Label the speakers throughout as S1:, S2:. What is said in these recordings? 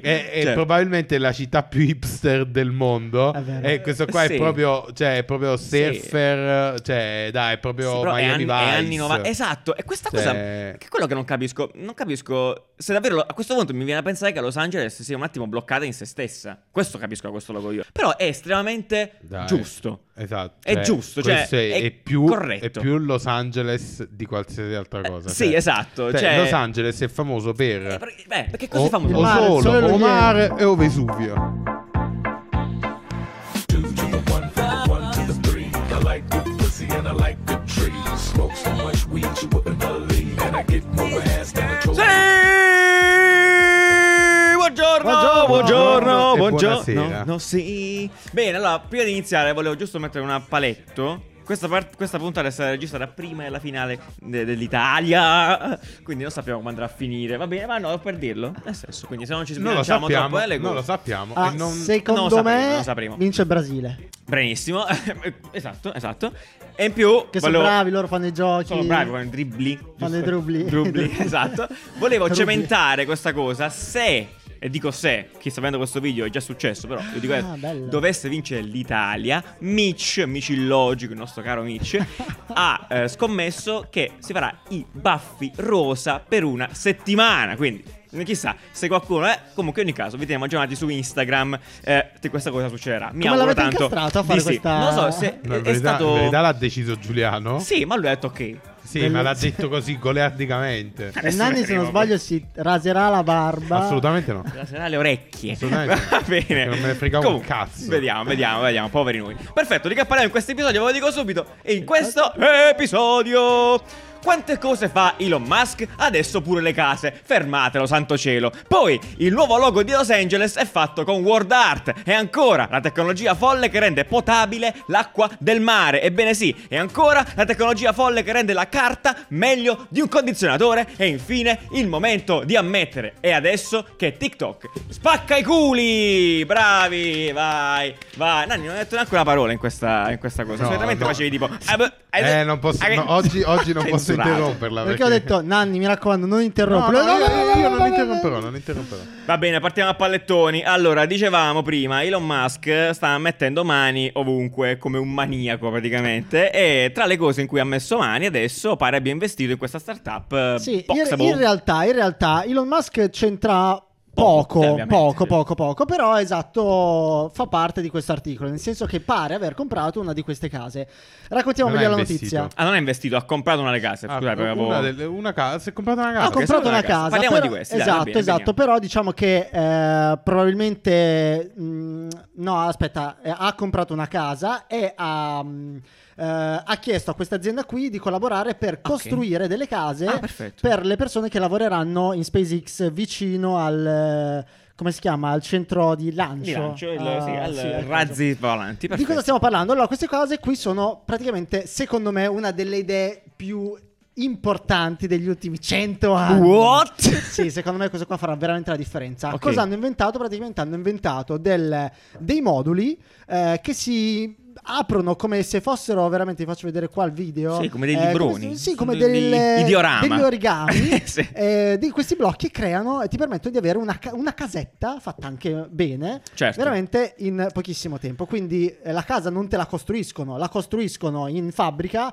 S1: È, è
S2: Cioè-
S1: probabilmente la città più hipster del mondo.
S3: È vero.
S1: E questo qua
S2: Sì.
S1: è proprio, cioè, è proprio surfer, cioè, dai, è proprio
S2: Sì, però è anni,
S1: Miami
S2: è
S1: Vice.
S2: anni 90. Esatto, e questa cosa
S1: Cioè-
S2: che è quello che non capisco. Non capisco se davvero lo- a questo punto mi viene a pensare che Los Angeles sia un attimo bloccata in se stessa. Questo capisco da questo logo io. Però è estremamente
S1: Dai.
S2: giusto.
S1: Esatto.
S2: È giusto, cioè,
S1: questo è,
S2: è
S1: è più,
S2: corretto.
S1: è più Los Angeles di qualsiasi altra
S2: Eh,
S1: cosa.
S2: sì,
S1: cioè.
S2: esatto,
S1: Cioè,
S2: cioè-
S1: Los Angeles è famoso per...
S2: Eh, perché- beh, perché cosa
S1: o,
S2: fa
S1: o
S3: Il mare, il sole e
S1: solo,
S3: lo
S1: o mare
S3: Yemen.
S1: e o Vesuvio.
S4: Two to the one, from the one to the three. I like good pussy and I like good trees. Smoke so much weed you wouldn't believe. And I get more ass than a
S2: Sì!
S4: trophy.
S2: Buongiorno,
S3: Buongiorno.
S2: buongiorno, buongiorno,
S1: E buonasera.
S2: No, sì. Bene, allora, prima di iniziare volevo giusto mettere un paletto. Questa, part- questa puntata è stata registrata prima della finale de- dell'Italia, quindi non sappiamo come andrà a finire, va bene? Ma no, per dirlo, nel senso, quindi se non ci
S1: Non lo
S2: sbilanciamo troppo
S1: sappiamo.
S2: delle
S1: Non lo
S2: cose.
S1: sappiamo.
S3: Ah,
S1: e non...
S2: non lo
S3: secondo
S2: sapremo, non
S3: me
S2: lo sapremo.
S3: vince il Brasile.
S2: Benissimo, esatto, esatto. E in più...
S3: Che
S2: volevo-
S3: sono bravi, loro fanno i giochi.
S2: sono bravi con i dribbli. giusto?
S3: i dribbli.
S2: Dribbli, esatto. Volevo
S3: Dribbli.
S2: cementare questa cosa se, e dico se, chi sta vedendo questo video è già successo, però io dico eh,
S3: Ah, bello.
S2: dovesse vincere l'Italia, Mitch, Mitch il logico, il nostro caro Mitch, ha eh, scommesso che si farà i baffi rosa per una settimana, quindi... Chissà se qualcuno è. Comunque, in ogni caso, vi teniamo aggiornati su Instagram. eh, se questa cosa succederà. Mi
S3: Come
S2: auguro
S3: l'avete
S2: tanto.
S3: incastrato a fare
S2: di sì.
S3: questa-
S2: Non lo so se
S1: No,
S2: è,
S1: in
S2: è
S1: verità,
S2: stato.
S1: in verità l'ha deciso Giuliano.
S2: Sì, ma lui ha detto ok.
S1: Sì,
S3: Bello-
S1: ma l'ha detto così goleardicamente.
S2: Adesso
S3: Nanni, se
S2: vedremo.
S3: non sbaglio, si raserà la barba.
S1: Assolutamente no.
S2: La sera alle orecchie.
S1: Assolutamente.
S2: Va bene.
S1: Non me ne frega un
S2: Comunque,
S1: cazzo.
S2: Vediamo, vediamo, vediamo. Poveri noi. Perfetto, ricapparemo in questo episodio, ve lo dico subito. In questo episodio. Quante cose fa Elon Musk? Adesso pure le case. Fermatelo, santo cielo. Poi, il nuovo logo di Los Angeles è fatto con World Art. E ancora, la tecnologia folle che rende potabile l'acqua del mare. Ebbene sì. E ancora, la tecnologia folle che rende la carta meglio di un condizionatore. E infine, il momento di ammettere. E adesso che TikTok spacca i culi. Bravi, vai, vai. Nanni, non hai detto neanche una parola in questa, in questa cosa.
S1: No,
S2: Solitamente
S1: no.
S2: facevi tipo... "Ah, boh,
S1: Eh, non posso, no, oggi, oggi non posso
S2: Censurato.
S1: interromperla.
S3: Perché ho detto, Nanni, mi raccomando, non
S1: No,
S3: interrompo.
S1: no, io, io non interromperò, non interromperò.
S2: Va bene, partiamo a pallettoni. Allora, dicevamo prima, Elon Musk sta mettendo mani ovunque, come un maniaco praticamente. E tra le cose in cui ha messo mani, adesso pare abbia investito in questa startup. eh,
S3: Sì, in,
S2: Boxable.
S3: in realtà, in realtà Elon Musk c'entra poco,
S2: sì, ovviamente,
S3: poco,
S2: sì.
S3: poco, poco, però esatto fa parte di questo articolo, nel senso che pare aver comprato una di queste case. Raccontiamo
S1: Non
S3: meglio la
S1: ha investito.
S3: notizia.
S2: Ah, non ha investito, ha comprato una delle case.
S1: Ah,
S2: Scusate, perché avevo-
S1: una, delle- una casa, si è comprata una casa.
S3: Ha
S2: ok, solo
S3: comprato
S2: una
S3: una
S2: casa.
S3: casa.
S2: Parliamo
S3: però-
S2: di questi, dai,
S3: Esatto,
S2: va bene,
S3: esatto.
S2: veniamo.
S3: Però diciamo che eh, probabilmente. mh, no, aspetta, eh, ha comprato una casa e ha. mh, eh, ha chiesto a questa azienda qui di collaborare per costruire delle case
S2: Ah, perfetto.
S3: per le persone che lavoreranno in SpaceX vicino al. eh, come si chiama? Al centro di lancio.
S2: Di lancio, il,
S3: Ah,
S2: sì, al-
S3: sì, al lancio.
S2: razzi volanti.
S3: Di
S2: perfetto.
S3: cosa stiamo parlando? Allora, queste cose qui sono praticamente, secondo me, una delle idee più importanti degli ultimi 100 anni.
S2: What?
S3: Sì, secondo me questo qua farà veramente la differenza.
S2: Ok.
S3: Cosa hanno inventato? Praticamente hanno inventato del- dei moduli eh, che si aprono come se fossero veramente, vi faccio vedere qua il video.
S2: Sì, come dei
S3: Eh,
S2: libroni.
S3: come se- sì, come
S2: Sono
S3: del-
S2: degli- i diorama.
S3: degli origami.
S2: Sì.
S3: eh, di questi blocchi creano e ti permettono di avere una, ca- una casetta fatta anche bene.
S2: Certo.
S3: Veramente in pochissimo tempo. Quindi eh, la casa non te la costruiscono, la costruiscono in fabbrica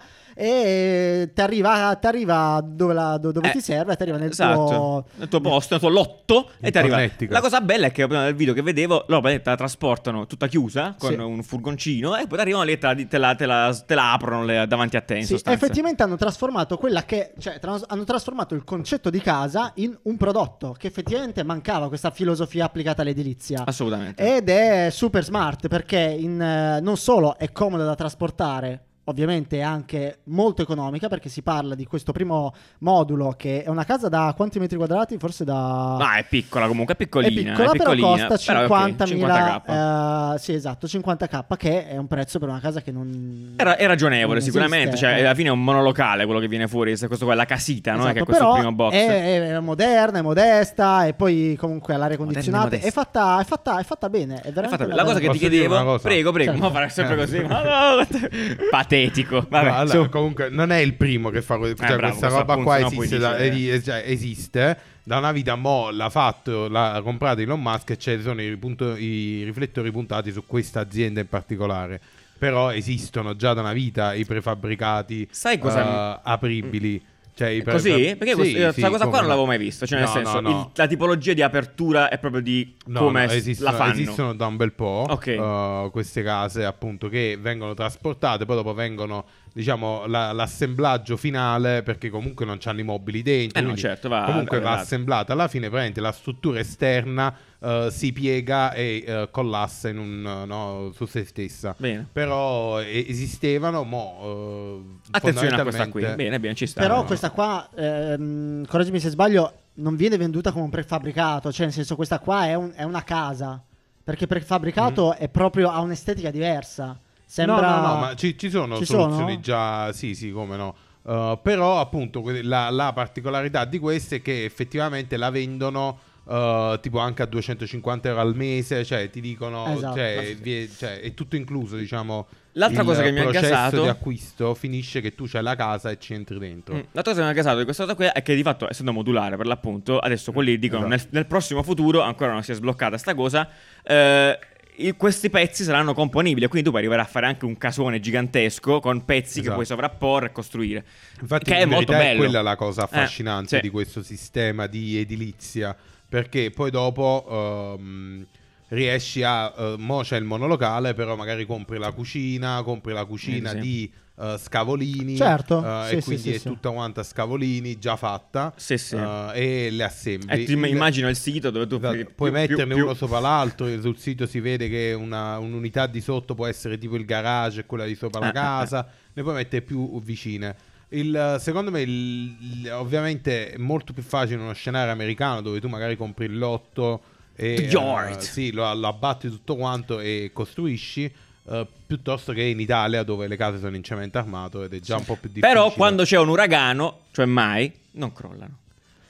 S3: e ti arriva, ti arriva dove, la- do- dove
S2: Eh,
S3: ti serve, ti arriva nel
S2: esatto.
S3: tuo
S2: nel tuo posto, nel tuo lotto e
S1: In
S2: ti arriva.
S1: Connecticut.
S2: La cosa bella è che prima del video che vedevo, loro praticamente la trasportano tutta chiusa con
S3: Sì.
S2: un furgoncino e poi ti arrivano lì e te la, te la- te la- te la aprono le- davanti a te. In
S3: Sì,
S2: sostanza.
S3: effettivamente hanno trasformato quella che cioè trans- hanno trasformato il concetto di casa in un prodotto che effettivamente mancava questa filosofia applicata all'edilizia.
S2: Assolutamente.
S3: Ed è super smart perché in, eh, non solo è comoda da trasportare, ovviamente è anche molto economica perché si parla di questo primo modulo che è una casa da quanti metri quadrati? Forse da...
S2: Ma è piccola comunque, è piccolina. eh,
S3: è piccola, però
S2: piccolina,
S3: costa
S2: però, ok,
S3: 50.000
S2: 50k.
S3: eh, sì, esatto, 50k che è un prezzo per una casa che non
S2: Era- è
S3: non
S2: ragionevole,
S3: esiste,
S2: sicuramente. Cioè,
S3: eh.
S2: alla fine è un monolocale quello che viene fuori. se Questo qua è la casita, no?
S3: Esatto,
S2: Che è questo
S3: però
S2: primo box.
S3: È, è moderna, è modesta e poi comunque all'aria
S2: Moderna e
S3: condizionata. È
S2: modesta.
S3: fatta, è, fatta, è fatta bene. È veramente Cioè,
S2: Infatti,
S3: una
S2: la cosa
S3: bella
S2: che ti
S1: Posso dire una
S2: chiedevo,
S1: cosa?
S2: prego, prego,
S3: Certo.
S2: ma fare sempre
S1: Eh.
S2: così. ma no,
S1: Eh,
S2: patetico. Vabbè,
S1: No, allora,
S2: su. Eh,
S1: comunque non è il primo che fa que- cioè,
S2: bravo,
S1: questa
S2: questo
S1: roba
S2: appunto,
S1: qua
S2: no,
S1: esiste,
S2: poi
S1: da,
S2: dici,
S1: eh, cioè, esiste da una vita mo l'ha fatto l'ha comprato Elon Musk e ci sono i, punto- i riflettori puntati su questa azienda in particolare però esistono già da una vita i prefabbricati
S2: Sai cosa- Mm.
S1: eh, apribili cioè, i pre-
S2: Così? Perché
S1: sì,
S2: questa
S1: sì,
S2: cosa
S1: come
S2: qua
S1: no.
S2: non l'avevo mai vista. Cioè, nel
S1: No,
S2: senso,
S1: no, no.
S2: il- la tipologia di apertura è proprio di
S1: No,
S2: come
S1: no,
S2: s-
S1: esistono,
S2: la fanno.
S1: esistono da un bel po'
S2: Ok.
S1: eh, queste case appunto che vengono trasportate, poi dopo vengono diciamo la- l'assemblaggio finale perché comunque non c'hanno i mobili dentro,
S2: Eh no,
S1: quindi
S2: certo, va-
S1: comunque va
S2: va-
S1: assemblata, alla fine praticamente la struttura esterna eh, si piega e eh, collassa in un, eh, no, su se stessa.
S2: Bene.
S1: Però eh, esistevano, mo, eh,
S2: Attenzione a questa qui.
S1: fondamentalmente-
S2: Bene, bene, ci sta.
S1: Esatto.
S3: Però
S2: No, no.
S3: questa qua, ehm, correggimi se sbaglio, non viene venduta come un prefabbricato, cioè nel senso questa qua è, un- è una casa, perché prefabbricato
S2: Mm.
S3: è proprio, ha un'estetica diversa. Sembra...
S1: No, no, no, ma ci, ci sono
S3: Ci
S1: soluzioni
S3: sono?
S1: già, sì, sì, come no. Uh, però appunto que- la, la particolarità di queste è che effettivamente la vendono uh, tipo anche a 250 euro al mese, cioè ti dicono,
S3: Esatto.
S1: cioè, vi è, cioè, è tutto incluso, diciamo.
S2: L'altra
S1: il
S2: cosa che mi ha gasato-
S1: processo di acquisto finisce che tu c'hai la casa e ci entri dentro.
S2: Mm, La cosa che mi ha casato di questa cosa qui è che di fatto, essendo modulare per l'appunto, adesso quelli dicono
S1: Esatto.
S2: nel, nel prossimo futuro, ancora non si è sbloccata sta cosa, eh, i- questi pezzi saranno componibili, quindi tu puoi arrivare a fare anche un casone gigantesco con pezzi che
S1: Esatto.
S2: puoi sovrapporre e costruire.
S1: Infatti,
S2: che è
S1: in
S2: molto
S1: verità
S2: bello.
S1: è quella la cosa
S2: Eh,
S1: affascinante
S2: sì.
S1: di questo sistema di edilizia. Perché poi dopo ehm, riesci a. eh, mo c'è il monolocale, però magari compri la cucina, compri la cucina
S2: Eh, sì.
S1: di eh, Scavolini.
S3: Certo,
S1: eh,
S3: sì,
S1: e
S3: sì,
S1: quindi
S3: sì,
S1: è
S3: sì.
S1: tutta quanta Scavolini già fatta.
S2: Sì, sì.
S1: eh, e le assembli.
S2: Eh, ti
S1: Il-
S2: immagino il sito dove tu
S1: Esatto,
S2: più-
S1: puoi
S2: più-
S1: metterne
S2: più-
S1: uno sopra l'altro. e Sul sito si vede che una- un'unità di sotto può essere tipo il garage e quella di sopra
S2: Ah,
S1: la
S2: ah,
S1: casa, ne puoi mettere più vicine. Il, secondo me, il- il- ovviamente, è molto più facile uno scenario americano dove tu magari compri il lotto e
S2: Yard.
S1: eh, sì, lo, lo abbatti tutto quanto e costruisci. eh, piuttosto che in Italia dove le case sono in cemento armato ed è già un po' più difficile.
S2: Però quando c'è un uragano, cioè mai, non crollano.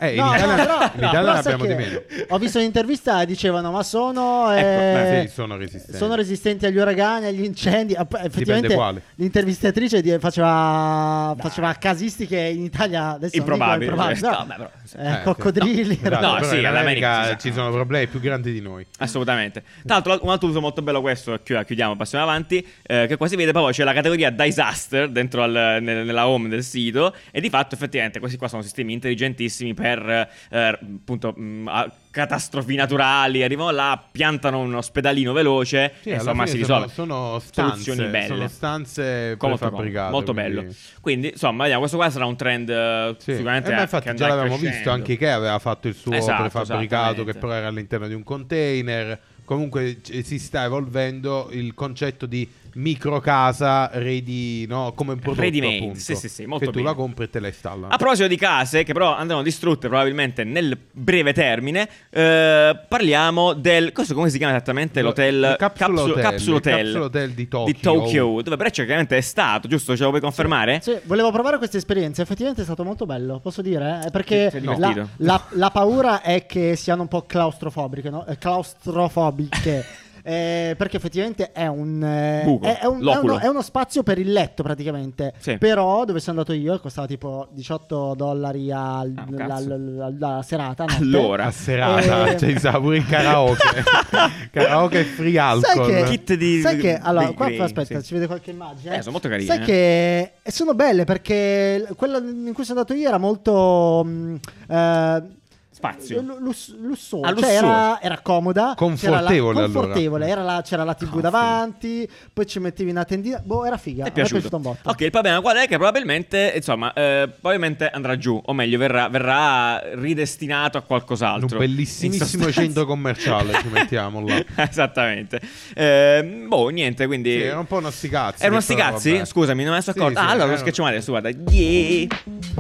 S1: eh, in
S3: No, no,
S1: Italia,
S3: però-
S1: in Italia
S3: però
S1: ne
S3: sai
S1: abbiamo di
S3: che
S1: meno.
S3: Ho visto un'intervista e dicevano ma sono...
S2: Ecco,
S3: eh,
S1: beh, sì, sono resistenti.
S3: sono resistenti agli uragani, agli incendi. Ah, poi, Effettivamente
S1: quale.
S3: l'intervistatrice di- faceva, faceva casistiche in Italia... Adesso non dico
S2: Improbabili,
S3: improbabili,
S2: cioè,
S3: no.
S2: no, beh, però, sì.
S3: Eh,
S1: Eh,
S3: coccodrilli.
S1: sì. Esatto,
S2: No,
S1: però
S2: sì,
S1: in
S2: all'America
S1: America
S2: si sa.
S1: ci sono problemi più grandi di noi.
S2: Assolutamente. Tra l'altro, un altro uso molto bello questo, chi- chiudiamo, passiamo avanti, eh, che qua si vede proprio c'è la categoria disaster dentro al- nel- nella home del sito e di fatto effettivamente questi qua sono sistemi intelligentissimi per eh, appunto mh, a- catastrofi naturali, arrivano là, piantano un ospedalino veloce
S1: Sì,
S2: e
S1: alla
S2: insomma si
S1: fine
S2: risolve.
S1: Sono, sono stanze,
S2: Soluzioni belle.
S1: Sono stanze
S2: Molto,
S1: prefabbricate.
S2: molto bello.
S1: quindi-
S2: Quindi insomma, vediamo, questo qua sarà un trend eh,
S1: Sì.
S2: sicuramente
S1: Eh, ma
S2: che
S1: infatti
S2: andrà
S1: già l'avevamo
S2: crescendo.
S1: visto anche che aveva fatto il suo
S2: Esatto,
S1: prefabbricato che
S2: esattamente.
S1: però era all'interno di un container comunque c- si sta evolvendo il concetto di microcasa ready no? come un prodotto
S2: Ready-made,
S1: appunto
S2: sì, sì, sì, molto
S1: che tu
S2: bene. Ah,
S1: la compri e te la installa
S2: A proposito di case, che però andranno distrutte probabilmente nel breve termine, eh, parliamo del. Questo come si chiama esattamente? L'hotel.
S1: Il Capsule
S2: Capsule-
S1: Hotel,
S2: Capsule
S1: il
S2: Hotel.
S1: Capsule Hotel di
S2: Di
S1: Tokyo.
S2: Tokyo, dove Breccia chiaramente è stato, giusto? Ce lo puoi confermare?
S3: Sì, volevo provare questa esperienza. Effettivamente è stato molto bello, posso dire? eh? Eh, Perché
S2: Sì, sì,
S3: la-
S2: divertito.
S3: la, la paura è che siano un po' claustrofobiche. No? Eh, claustrofobiche. Eh, perché effettivamente è un, eh,
S2: Buco,
S3: è, è un- è
S2: l'oculo.
S3: uno, è uno spazio per il letto praticamente
S2: Sì.
S3: però dove sono andato io costava tipo 18 dollari al-
S2: Ah, un cazzo.
S3: al- al- alla serata notte.
S2: Allora.
S1: a serata
S3: Eh.
S1: cioè sa pure in karaoke karaoke free alcol
S3: Sai che,
S2: Kit di-
S3: sai che- allora,
S2: di
S3: qua,
S2: Grey,
S3: aspetta,
S2: sì.
S3: ci vede qualche immagine.
S2: Eh, sono molto carine,
S3: Sai
S2: eh.
S3: che eh, sono belle perché l- quella in cui sono andato io era molto. mm, eh,
S2: Spazio.
S3: lu- lus- lussuosa.
S2: Ah,
S3: Cioè, era,
S2: lussuosa.
S3: era comoda.
S1: Confortevole,
S3: C'era la,
S1: allora.
S3: confortevole. Era la- c'era la TV
S2: Comfy.
S3: davanti, poi ci mettevi una tendina. Boh, era figa.
S2: Ah, È
S3: Mi è piaciuto
S2: piaciuto.
S3: un botto.
S2: Ok, il problema qual è? Che probabilmente, insomma, eh, probabilmente andrà giù, o meglio, verrà, verrà ridestinato a
S1: In un
S2: qualcos'altro. In
S1: bellissimissimo
S2: sostanza.
S1: centro commerciale ci mettiamo là
S2: Esattamente. Ehm, boh, niente, quindi...
S1: Sì, era un po' uno sticazzi.
S2: Era uno
S1: che però,
S2: sticazzi?
S1: vabbè.
S2: Scusami, non me ne sono
S1: Sì,
S2: accorto.
S1: sì,
S2: ah, allora
S1: era-
S2: lo scherziamo adesso, guarda. Yeah.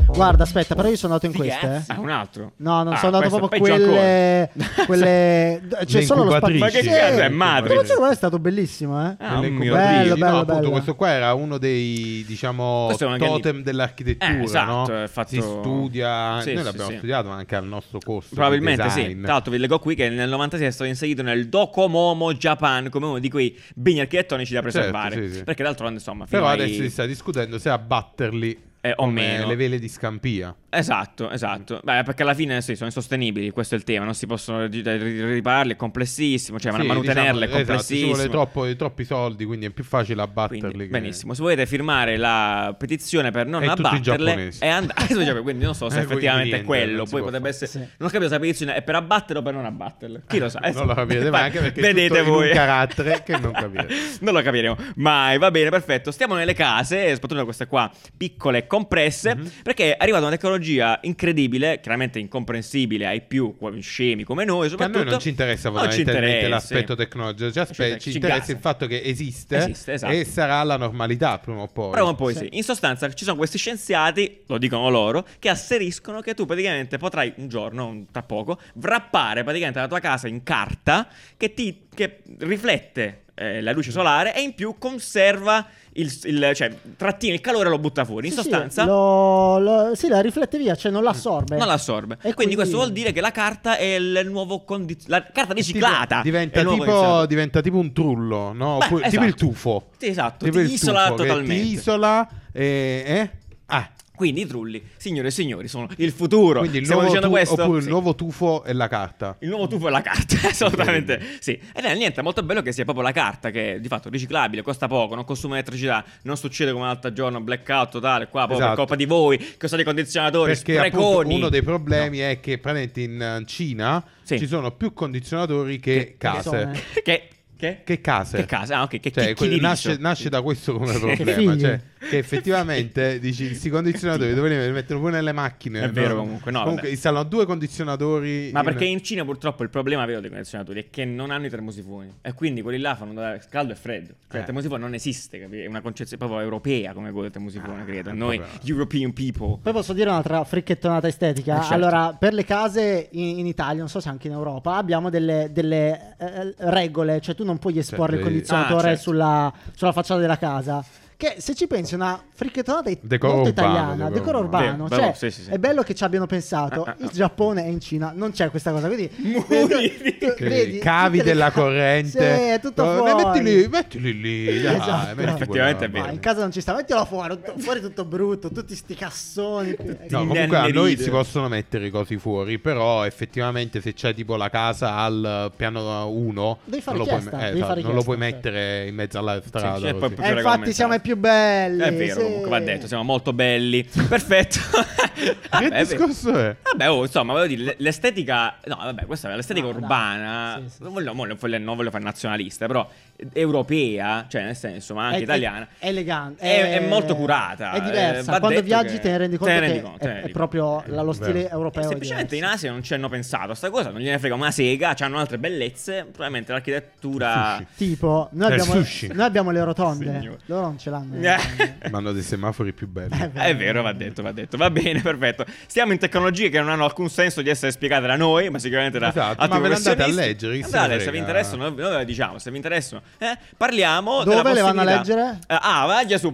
S3: Guarda, aspetta, però io sono andato in queste.
S2: Ah, un altro.
S3: eh. No, non
S2: Ah,
S3: so sono andato
S2: questo
S3: proprio
S2: peggio
S3: quelle. quelle c'è
S1: Le
S3: solo lo spazio.
S1: incubatrici.
S2: Ma che cazzo è, Matrix?
S3: Madrid? è stato bellissimo, eh.
S2: Ah,
S1: Nelle
S2: mio Dio.
S1: incubatrici.
S3: Bello, bello,
S1: no, appunto,
S3: bello.
S1: questo qua era uno dei diciamo
S2: Questo è una
S1: totem
S2: galli-
S1: dell'architettura.
S2: Eh, esatto,
S1: no?
S2: è fatto-
S1: Si studia.
S2: Sì,
S1: Noi
S2: sì,
S1: l'abbiamo
S2: sì.
S1: studiato anche al nostro corso. di
S2: Probabilmente sì.
S1: design.
S2: Tra l'altro vi leggo qui che nel 96 è stato inserito nel Docomomo Japan come uno di quei beni architettonici da
S1: Certo,
S2: preservare.
S1: sì, sì.
S2: Perché d'altronde, insomma, fino
S1: Però
S2: ai-
S1: adesso si sta discutendo se abbatterli
S2: Eh, o
S1: come
S2: meno.
S1: le vele di Scampia.
S2: Esatto, esatto. Beh, perché alla fine sì, sono insostenibili, questo è il tema, non si possono ri- ri- ripararli, è complessissimo, cioè
S1: Sì,
S2: manutenerle
S1: diciamo,
S2: è
S1: esatto, ci
S2: complessissimo.
S1: vuole troppo- troppi soldi, quindi è più facile abbatterli.
S2: Quindi,
S1: che-
S2: benissimo, se volete firmare la petizione per non
S1: E tutti
S2: abbatterle Ah,
S1: giapponesi.
S2: e andare, quindi non so se
S1: Eh, quindi
S2: effettivamente è
S1: niente,
S2: quello,
S1: non si
S2: poi
S1: può
S2: potrebbe
S3: fare.
S2: essere
S3: Sì.
S2: non ho capito se la petizione è per abbatterle o per non abbatterle. Chi lo sa?
S1: Non lo capirete mai, anche perché è
S2: vedete
S1: tutto in
S2: voi
S1: un carattere che non capirete.
S2: Non lo capiremo mai. Va bene, perfetto. Stiamo nelle case, soprattutto queste qua piccole e compresse,
S1: Mhm.
S2: perché è arrivata una tecnologia incredibile, chiaramente incomprensibile ai più scemi come noi,
S1: Che a
S2: soprattutto
S1: noi non ci interessa
S2: Non ci
S1: fondamentalmente
S2: interessa.
S1: l'aspetto tecnologico, cioè, aspe-
S2: interessa,
S1: ci
S2: ci
S1: interessa
S2: gasa.
S1: il fatto che esiste,
S2: Esiste, esatto.
S1: e sarà la normalità prima o poi.
S2: Però un po' sì.
S3: Sì.
S2: In sostanza ci sono questi scienziati, lo dicono loro, che asseriscono che tu praticamente potrai un giorno, un- tra poco, wrappare praticamente la tua casa in carta che, ti, che riflette eh, la luce solare e in più conserva il, il- cioè trattiene il calore e lo butta fuori. In
S3: Sì, sì,
S2: sostanza
S3: lo- lo- sì, la riflette via, cioè non l'assorbe.
S2: non l'assorbe. E quindi, questo vuol dire che la carta è il nuovo condi- la carta riciclata.
S1: diventa,
S2: è il nuovo
S1: tipo,
S2: condizionato.
S1: diventa tipo un trullo, no?
S2: Beh,
S1: Oppure- Tipo
S2: esatto.
S1: il tufo.
S2: Sì, esatto,
S1: Tipo
S2: ti
S1: il
S2: isola
S1: tufo che
S2: totalmente.
S1: Ti isola e... eh? Ah,
S2: Quindi i trulli, signore e signori, sono il futuro.
S1: quindi il
S2: Stiamo
S1: nuovo,
S2: dicendo
S1: tu-
S2: questo?
S1: oppure il
S2: Sì.
S1: nuovo tufo e la carta.
S2: Il nuovo tubo è la carta, assolutamente sì. Ed è niente, è molto bello che sia proprio la carta, che è di fatto riciclabile, costa poco, non consuma elettricità, non succede come l'altro giorno, blackout totale, qua proprio
S1: Esatto.
S2: per colpa di voi, che usate i condizionatori,
S1: Perché appunto,
S2: spreconi.
S1: uno dei problemi è che praticamente in eh, Cina
S2: Sì.
S1: ci sono più condizionatori che,
S2: Che-
S1: case.
S3: persone.
S2: Che... Che?
S1: Che case?
S2: Che case? Ah, ok, che
S1: Cioè,
S2: chicchi
S1: que-
S2: di
S1: nasce,
S2: riso.
S1: nasce da questo come problema.
S3: figli.
S1: cioè, che effettivamente dici questi condizionatori dovrebbero metterlo pure nelle macchine.
S2: È vero, comunque, no, vabbè.
S1: installano due condizionatori.
S2: Ma
S1: in-
S2: perché in Cina purtroppo il problema vero dei condizionatori è che non hanno i termosifoni e quindi quelli là fanno andare caldo e freddo. Cioè
S1: Eh.
S2: il termosifone non esiste, capi? È una concezione proprio europea come quella del termosifone,
S1: Ah,
S2: credo.
S1: è
S2: Noi
S1: proprio-
S2: European people.
S3: Poi posso dire un'altra fricchettonata estetica.
S2: Eh, certo.
S3: Allora, per le case in, in Italia, non so se anche in Europa, abbiamo delle, delle, eh, regole, cioè tu non puoi esporre il
S1: devi-
S3: condizionatore
S2: Ah, certo.
S3: sulla, sulla facciata della casa. Che se ci pensi è una fricchettonata it-
S1: Decoro
S3: molto
S1: urbano,
S3: italiana,
S1: decoro
S3: decoro
S2: urbano.
S3: urbano.
S2: Sì,
S3: cioè,
S2: bravo, sì, sì, sì.
S3: È bello che ci abbiano pensato.
S2: Ah, ah,
S3: In Giappone e in Cina non c'è questa cosa. Quindi
S2: Muri.
S1: Che cavi
S3: tutte le
S1: della
S3: ca-
S1: corrente.
S3: Sì, è tutto
S1: Oh,
S3: fuori.
S1: Mettili, mettili lì. dai,
S3: Esatto.
S1: metti
S2: Effettivamente è
S1: quella-
S2: vero.
S3: No, in casa non ci sta, mettilo fuori, tutto- fuori tutto brutto, tutti sti cassoni.
S1: No,
S2: Ti
S1: comunque a noi
S2: inannerite.
S1: si possono mettere i cosi fuori, però effettivamente se c'è tipo la casa al piano 1
S3: Devi fare
S1: non, lo puoi,
S3: richiesta,
S1: eh,
S3: devi
S1: esatto,
S3: fare
S1: non lo puoi
S3: richiesta,
S1: mettere in mezzo alla strada.
S2: sì, e poi
S1: così.
S2: pu-
S3: Eh, infatti siamo i più belli.
S2: È vero,
S3: sì.
S2: comunque va detto, siamo molto belli. Perfetto. Vabbè,
S1: Che
S2: è vero.
S1: discorso è?
S2: Vabbè, oh, insomma, voglio dire, l'estetica. No, vabbè, questa è l'estetica
S3: No, dai.
S2: urbana.
S3: Sì, sì.
S2: Non, voglio, mo- non voglio- non voglio fare nazionalista, però eh, europea, cioè nel senso, ma anche
S3: È-
S2: italiana.
S3: È, elegante. eh,
S2: È- è molto curata,
S3: È
S2: eh,
S3: diversa.
S2: va detto
S3: Quando viaggi
S2: che-
S3: te ne
S2: te
S3: rendi conto
S2: ne rendi
S3: che
S2: conto, eh, te ne
S3: è, è
S2: rendi
S3: proprio la- lo stile
S1: Vero.
S3: europeo.
S2: E
S3: è
S2: semplicemente in
S3: diverso.
S2: Asia non ci hanno pensato a sta cosa, non gliene frega una sega, hanno altre bellezze, probabilmente l'architettura...
S1: Sushi.
S3: Tipo, noi
S1: Del
S3: abbiamo,
S1: sushi.
S3: noi abbiamo le rotonde.
S2: Eh, Signore.
S3: Loro non ce l'hanno.
S2: Eh.
S1: Ma hanno dei semafori più belli.
S3: Eh,
S2: È vero, va detto, va detto. Va bene, perfetto. Stiamo in tecnologie che non hanno alcun senso di essere spiegate da noi, ma sicuramente da
S1: Esatto,
S2: altri
S1: ma ve le andate a
S2: professionisti.
S1: leggere, chi se ne
S2: Andate,
S1: frega. eh.
S2: se vi interessano, noi noi ve le diciamo, se vi interessano. Eh, parliamo
S3: Dove
S2: della
S3: le vanno a
S2: possibilità-
S3: leggere?
S2: Eh, ah, vaglia su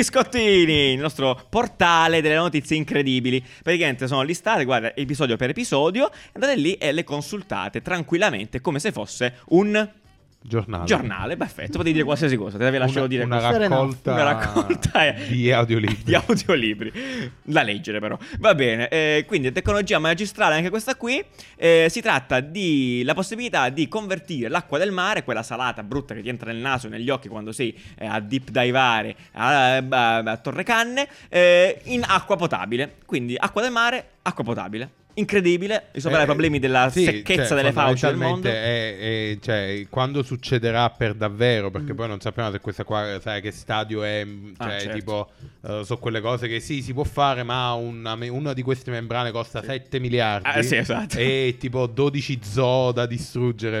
S2: Biscottini, il nostro portale delle notizie incredibili. Praticamente sono listate, guarda, episodio per episodio, andate lì e le consultate tranquillamente come se fosse un
S1: Giornale.
S2: giornale, perfetto, potete dire qualsiasi cosa, te la vi lascio
S1: Una,
S2: dire
S1: una
S2: così.
S3: Serena.
S1: raccolta,
S2: Una raccolta, eh.
S1: di audiolibri.
S2: di audiolibri da leggere però va bene eh, quindi tecnologia magistrale anche questa qui Eh, si tratta di la possibilità di convertire l'acqua del mare quella salata brutta che ti entra nel naso e negli occhi quando sei eh, a deep divare a, a, a Torrecanne eh, in acqua potabile quindi acqua del mare acqua potabile incredibile risolverà
S1: Eh,
S2: i problemi della
S1: sì,
S2: secchezza
S1: cioè,
S2: delle fauci del mondo
S1: fondamentalmente è- è- cioè, quando succederà per davvero, perché poi non sappiamo se questa qua, sai che stadio è, mh,
S2: Mm. Ah,
S1: cioè,
S2: certo.
S1: tipo, eh, so quelle cose che sì, si può fare, ma una, me- una di queste membrane costa 7 miliardi
S2: Ah, sì, esatto.
S1: e tipo 12 zoo da distruggere.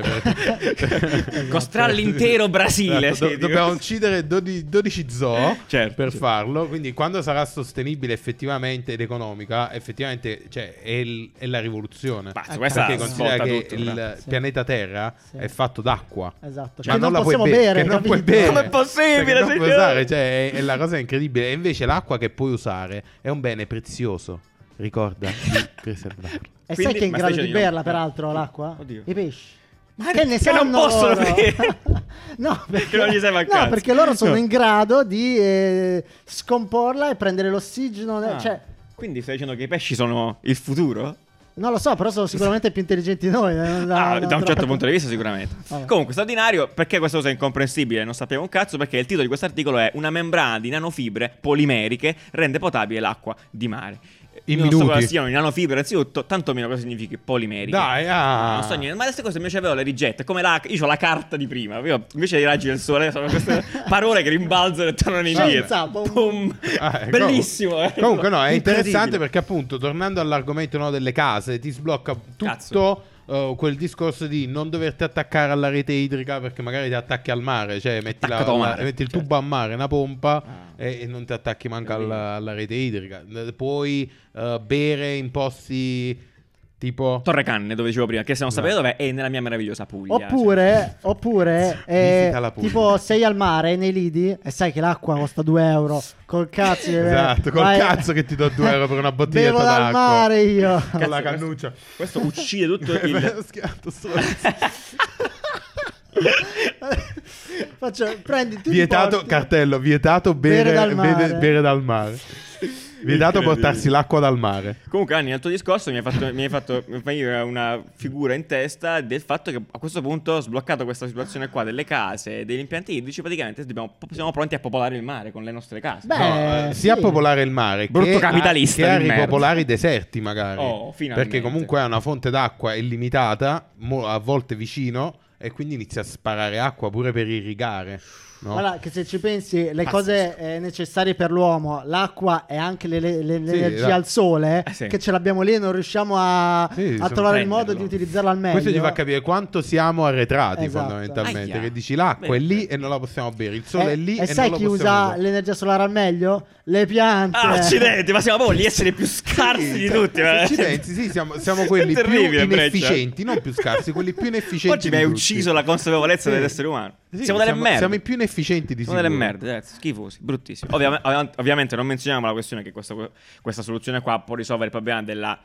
S1: per-
S2: Costerà l'intero Brasile,
S1: Esatto,
S2: sì,
S1: do- dobbiamo
S2: dico.
S1: uccidere 12, 12 zoo
S2: Certo,
S1: per
S2: certo.
S1: farlo, quindi quando sarà sostenibile effettivamente ed economica, effettivamente cioè, è il- l- è la rivoluzione.
S2: Pazzo,
S3: Eh,
S2: questa
S1: Perché
S2: svolta
S1: Ah, considera che
S2: tutto.
S1: il
S3: Sì.
S1: pianeta Terra
S3: Sì.
S1: è fatto d'acqua.
S3: Esatto.
S1: Ma
S3: Che non
S1: la puoi
S3: possiamo
S1: be-
S3: bere,
S1: che non puoi
S3: capito?
S1: bere.
S2: Com'è possibile,
S1: Perché non puoi
S2: signore?
S1: usare, cioè, è, è la cosa incredibile. E invece l'acqua che puoi usare è un bene prezioso. Ricorda di preservarlo.
S3: E
S2: Quindi-
S3: sai chi è in
S2: ma
S3: grado
S2: stai
S3: di
S2: dicendo-
S3: berla, peraltro, l'acqua?
S2: Oddio.
S3: I pesci.
S2: Ma
S3: che ne
S2: che non
S3: sanno
S2: possono
S3: loro?
S2: bere.
S3: no, perché,
S2: non gli serve a
S3: no,
S2: cazzo.
S3: perché loro sono
S2: No.
S3: in grado di eh, scomporla e prendere l'ossigeno.
S2: Ah,
S3: Cioè,
S2: Quindi stai dicendo che i pesci sono il futuro?
S3: non lo so, però sono sicuramente più intelligenti di noi. eh,
S2: Ah,
S3: non
S2: da un certo
S3: troppo.
S2: punto di vista sicuramente.
S3: Vabbè.
S2: Comunque, straordinario, perché questa cosa è incomprensibile? Non sappiamo un cazzo perché il titolo di questo articolo è Una membrana di nanofibre polimeriche rende potabile l'acqua di mare.
S1: In
S2: Io non so
S1: minuti.
S2: cosa siano le nanofibre, anzitutto, tantomeno cosa significhi polimeriche.
S1: Dai, ah.
S2: Non so niente, ma queste cose invece avevo le rigette, come la... Io ho la carta di prima, io invece dei raggi del sole sono queste parole che rimbalzano e tornano
S3: Scienza,
S2: indietro.
S3: boom.
S2: Boom.
S1: Ah, ecco.
S2: Bellissimo. eh.
S1: Comunque, no, è interessante
S2: Incredibile.
S1: perché, appunto, tornando all'argomento no, delle case, ti sblocca tutto.
S2: Cazzo.
S1: eh, quel discorso di non doverti attaccare alla rete idrica perché magari ti attacchi al mare, cioè metti, la-
S2: Attaccato al
S1: la-
S2: mare,
S1: metti il
S2: certo.
S1: tubo a mare, una pompa
S2: Ah.
S1: e, e non ti attacchi manco alla,
S2: Capito.
S1: alla rete idrica. Eh, Puoi eh, bere in posti tipo
S2: Torre Canne, dove dicevo prima, che se non sapete dov'è, è nella mia meravigliosa Puglia.
S3: Oppure, oppure eh,
S1: Visita la Puglia.
S3: tipo sei al mare nei lidi e sai che l'acqua costa 2 euro. Col cazzo, di-
S1: Esatto, col cazzo che ti do 2 euro per una bottiglietta
S3: Bevo dal
S1: d'acqua.
S3: mare io.
S1: con la
S2: Cazzo,
S1: cannuccia.
S2: Questo uccide tutto il...
S1: Schiatto solo.
S3: Faccio, prendi tutti i
S1: Vietato,
S3: porti.
S1: cartello, vietato bere,
S3: Bere dal mare.
S1: bere- bere dal mare. Vietato
S2: Incredibile.
S1: portarsi l'acqua dal mare.
S2: Comunque, Anni, nel tuo discorso mi hai fatto, mi hai fatto mi fai venire una figura in testa del fatto che a questo punto, sbloccato questa situazione qua delle case, degli impianti idrici, praticamente dobbiamo- siamo pronti a popolare il mare con le nostre case.
S3: Beh,
S1: No, eh,
S3: sì.
S1: sia a popolare il mare
S2: Brutto
S1: che a-
S2: capitalista
S1: che a
S2: di merda.
S1: ripopolare i deserti, magari.
S2: Oh, finalmente.
S1: perché comunque è una fonte d'acqua illimitata, mo- a volte vicino, e quindi inizia a sparare acqua pure per irrigare. No?
S3: Guarda che se ci pensi, le
S2: Pazzesco.
S3: cose eh, necessarie per l'uomo, l'acqua e anche le- le- le- l'energia
S1: la-
S3: al sole,
S2: Eh sì.
S3: che ce l'abbiamo lì e non riusciamo a,
S1: Sì,
S3: a
S1: sono-
S3: trovare il modo
S2: prenderlo.
S3: di utilizzarla al meglio.
S1: Questo ti fa capire quanto siamo arretrati
S3: Esatto.
S1: fondamentalmente.
S2: Aia.
S1: Che dici l'acqua è
S2: Vedi.
S1: lì e non la possiamo bere, il sole
S3: Eh,
S1: è lì e,
S3: e sai
S1: non
S3: chi
S1: lo possiamo
S3: usa
S1: usare.
S3: l'energia solare al meglio? Le piante.
S1: cioè
S2: Ah, accidenti, ma siamo proprio gli esseri più scarsi di tutti.
S1: Se
S2: veramente.
S1: ci pensi, cioè, sì, siamo, siamo quelli più
S2: Terribile, Breccia.
S1: inefficienti, non più scarsi, quelli più inefficienti.
S2: Oggi
S1: di
S2: mi hai
S1: tutti.
S2: ucciso la consapevolezza
S1: Sì.
S2: dell'essere umano.
S1: Sì,
S2: siamo delle merde.
S1: Siamo i più inefficienti di
S2: Sono
S1: sicuro.
S2: delle merde, ragazzi, schifosi, bruttissimi. Ovviam- ovviam- ovviamente non menzioniamo la questione che questa, questa soluzione qua può risolvere il problema della...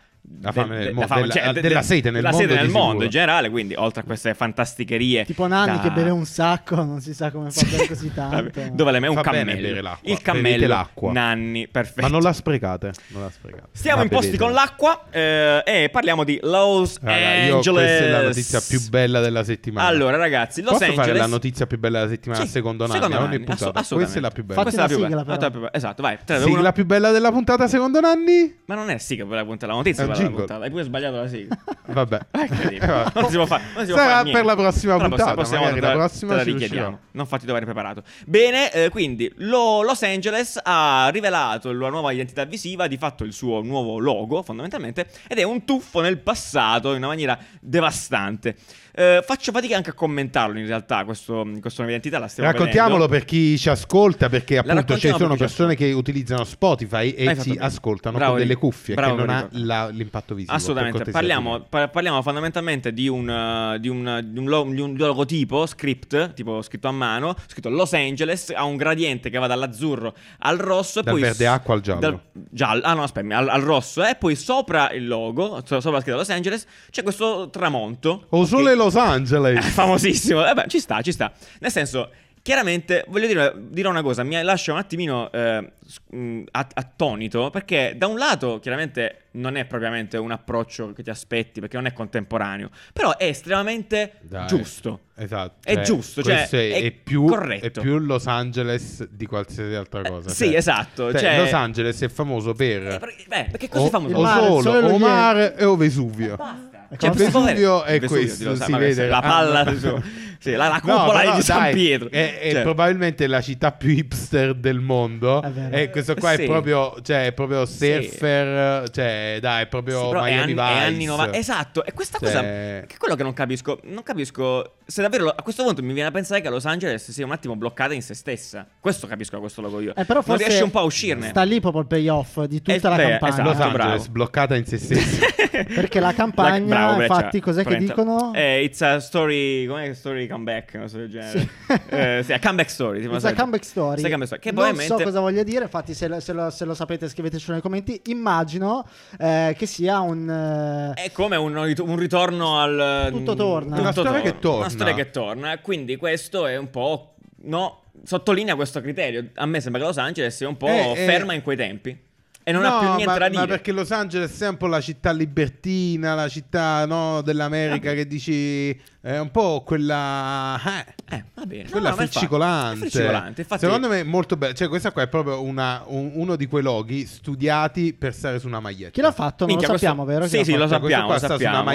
S1: La fame nel mondo,
S2: la fame,
S1: della-
S2: cioè, de-
S1: della
S2: de-
S1: sete nel
S2: della sete
S1: mondo di
S2: nel mondo
S1: sicuro.
S2: in generale, quindi oltre a queste fantasticherie...
S3: Tipo Nanni
S2: da-
S3: che beve un sacco, non si sa come fa per così tanto.
S2: Vabbè, Dove l'hai- è un
S1: Fa bene
S2: cammello.
S1: bere l'acqua,
S2: Il
S1: bevete
S2: cammello,
S1: l'acqua.
S2: Nanni, perfetto.
S1: Ma non la sprecate. Non la sprecate.
S2: Stiamo
S1: Ma
S2: in posti
S1: bevetela.
S2: con l'acqua eh, e parliamo di Los
S1: Raga, io,
S2: Angeles.
S1: questa è la notizia più bella della settimana.
S2: Allora, ragazzi, Los
S1: Posso
S2: Angeles...
S1: fare la notizia più bella della settimana
S2: Sì,
S1: secondo Nanni?
S2: secondo
S1: a ogni
S2: Nanni,
S1: puntata.
S2: ass-
S1: Questa è la più bella.
S3: Fatti
S2: Questa è la più
S3: la
S2: bella.
S3: sigla,
S2: Ah, più bella. Esatto, vai. tre, due,
S1: Sigla
S2: uno.
S1: più bella della puntata secondo Nanni?
S2: Ma non è sigla per la puntata, la notizia
S1: È un
S2: per la
S1: jingle.
S2: puntata. Hai pure sbagliato la sigla.
S1: Vabbè.
S2: Ah, incredibile.
S1: Eh, vabbè.
S2: Non si può fare. non si può
S1: Sarà
S2: fare niente.
S1: per la prossima
S2: Però
S1: puntata,
S2: possiamo-
S1: magari
S2: possiamo-
S1: la
S2: te
S1: prossima
S2: te la
S1: ci
S2: richiediamo.
S1: riusciamo.
S2: Non fatti trovare preparato. Bene, eh, quindi lo- Los Angeles ha rivelato la nuova identità visiva, di fatto il suo nuovo logo, fondamentalmente, ed è un tuffo nel passato in una maniera devastante. Eh, faccio fatica anche a commentarlo in realtà, questo, questa nuova identità la stiamo
S1: Raccontiamolo
S2: vedendo.
S1: per chi ci ascolta, perché appunto ci
S2: raccontiamo per
S1: sono
S2: chi ci
S1: persone che utilizzano Spotify
S2: Hai
S1: e
S2: fatto
S1: ci
S2: bene.
S1: ascoltano
S2: Bravo,
S1: con delle
S2: Enrico.
S1: cuffie,
S2: Bravo,
S1: che non ha
S2: Enrico.
S1: la- l'impatto visivo. per
S2: Assolutamente,
S1: cortesia,
S2: parliamo,
S1: signori.
S2: par- parliamo fondamentalmente di un, eh, di, un, di un lo- di un logotipo, script, tipo scritto a mano, scritto Los Angeles, ha un gradiente che va dall'azzurro al rosso e
S1: Dal
S2: poi...
S1: verde acqua al giallo.
S2: giallo, ah no, aspetta, al, al rosso e poi sopra il logo, so- sopra la scritta Los Angeles, c'è questo tramonto.
S1: O Oh, solo
S2: che-
S1: in Los Angeles.
S2: Famosissimo, eh beh, ci sta, ci sta. Nel senso, chiaramente, voglio dire, dirò una cosa, mi lascia un attimino eh, s- mh, att- attonito, perché da un lato, chiaramente, non è propriamente un approccio che ti aspetti, perché non è contemporaneo, però è estremamente
S1: Dai.
S2: giusto.
S1: Esatto.
S2: È giusto, cioè,
S1: questo è,
S2: è
S1: è più,
S2: corretto.
S1: è più Los Angeles di qualsiasi altra cosa.
S2: Eh, sì,
S1: cioè.
S2: esatto,
S1: Cioè,
S2: cioè-
S1: Los Angeles è famoso
S2: Eh,
S1: per...
S2: per- beh, perché
S1: O,
S2: così famoso?
S1: o
S3: Il mare, il
S1: solo,
S3: sole e
S1: o
S3: l'Oriente.
S1: mare e o Vesuvio.
S2: Basta.
S3: Cioè,
S1: Vesuvio eh, è
S2: Vesuvio,
S1: questo,
S2: Dio lo sa,
S1: si
S2: ma
S1: vede.
S2: questa è La
S1: Ah,
S2: palla
S1: ma-
S2: su- Sì, la, la
S1: No,
S2: cupola
S1: però
S2: di San
S1: dai,
S2: Pietro.
S1: È, è
S2: Cioè,
S1: probabilmente la città più hipster del mondo.
S3: È vero.
S1: E questo qua
S2: Sì.
S1: è proprio, cioè, è proprio surfer. Cioè, dai, è
S2: sì,
S1: proprio
S2: però è
S1: Miami
S2: anni, è
S1: Vice.
S2: anni 90. Esatto, e questa cosa
S1: Cioè-
S2: che è quello che non capisco. Non capisco se davvero lo- a questo punto mi viene a pensare che Los Angeles sia un attimo bloccata in se stessa. Questo capisco, questo logo io.
S3: Eh, però
S2: non
S3: forse
S2: riesce un po' a uscirne.
S3: Sta lì proprio il payoff di tutta
S2: Eh,
S3: la
S2: beh,
S3: campagna.
S2: esatto,
S1: Los Angeles
S2: bravo.
S1: bloccata in se stessa.
S3: Perché la campagna,
S2: bravo, breccia,
S3: infatti, cos'è che
S2: Brenta.
S3: dicono?
S2: Eh, it's a story. Com'è che story comeback? Una storia del genere.
S3: Sì.
S2: Eh, sì, a comeback story. tipo,
S3: Questa
S2: sai-
S3: comeback story.
S2: sai comeback story, Che
S3: non
S2: poi
S3: so
S2: ovviamente-
S3: cosa voglia dire, infatti se lo, se lo- se lo sapete scriveteci nei commenti. Immagino eh, che sia un... eh,
S2: È come un, rit- un ritorno al. mm,
S3: Tutto torna.
S1: Una storia che torna.
S2: Una storia che torna. Quindi questo è un po'. No, sottolinea questo criterio. A me sembra che Los Angeles sia un po'
S1: Eh, eh.
S2: ferma in quei tempi. E non
S1: No,
S2: ha più niente
S1: ma,
S2: da
S1: ma
S2: dire.
S1: perché Los Angeles è un po' la città libertina, la città no, dell'America che dici è un po' quella eh,
S2: Eh, va bene. No,
S1: quella
S2: no, ma infatti-
S1: friccicolante.
S2: friccicolante, infatti-
S1: Secondo me è molto bello, cioè questa qua è proprio una- un- uno di quei loghi studiati per stare su una maglietta.
S3: Chi l'ha fatto? Non
S2: Minchia,
S3: lo
S2: questo-
S3: sappiamo, vero?
S2: Sì,
S3: Chi l'ha
S2: sì, lo
S3: fatto?
S1: Cioè, questo
S2: sappiamo,
S1: qua
S2: lo
S1: sta su
S2: sappiamo.
S1: una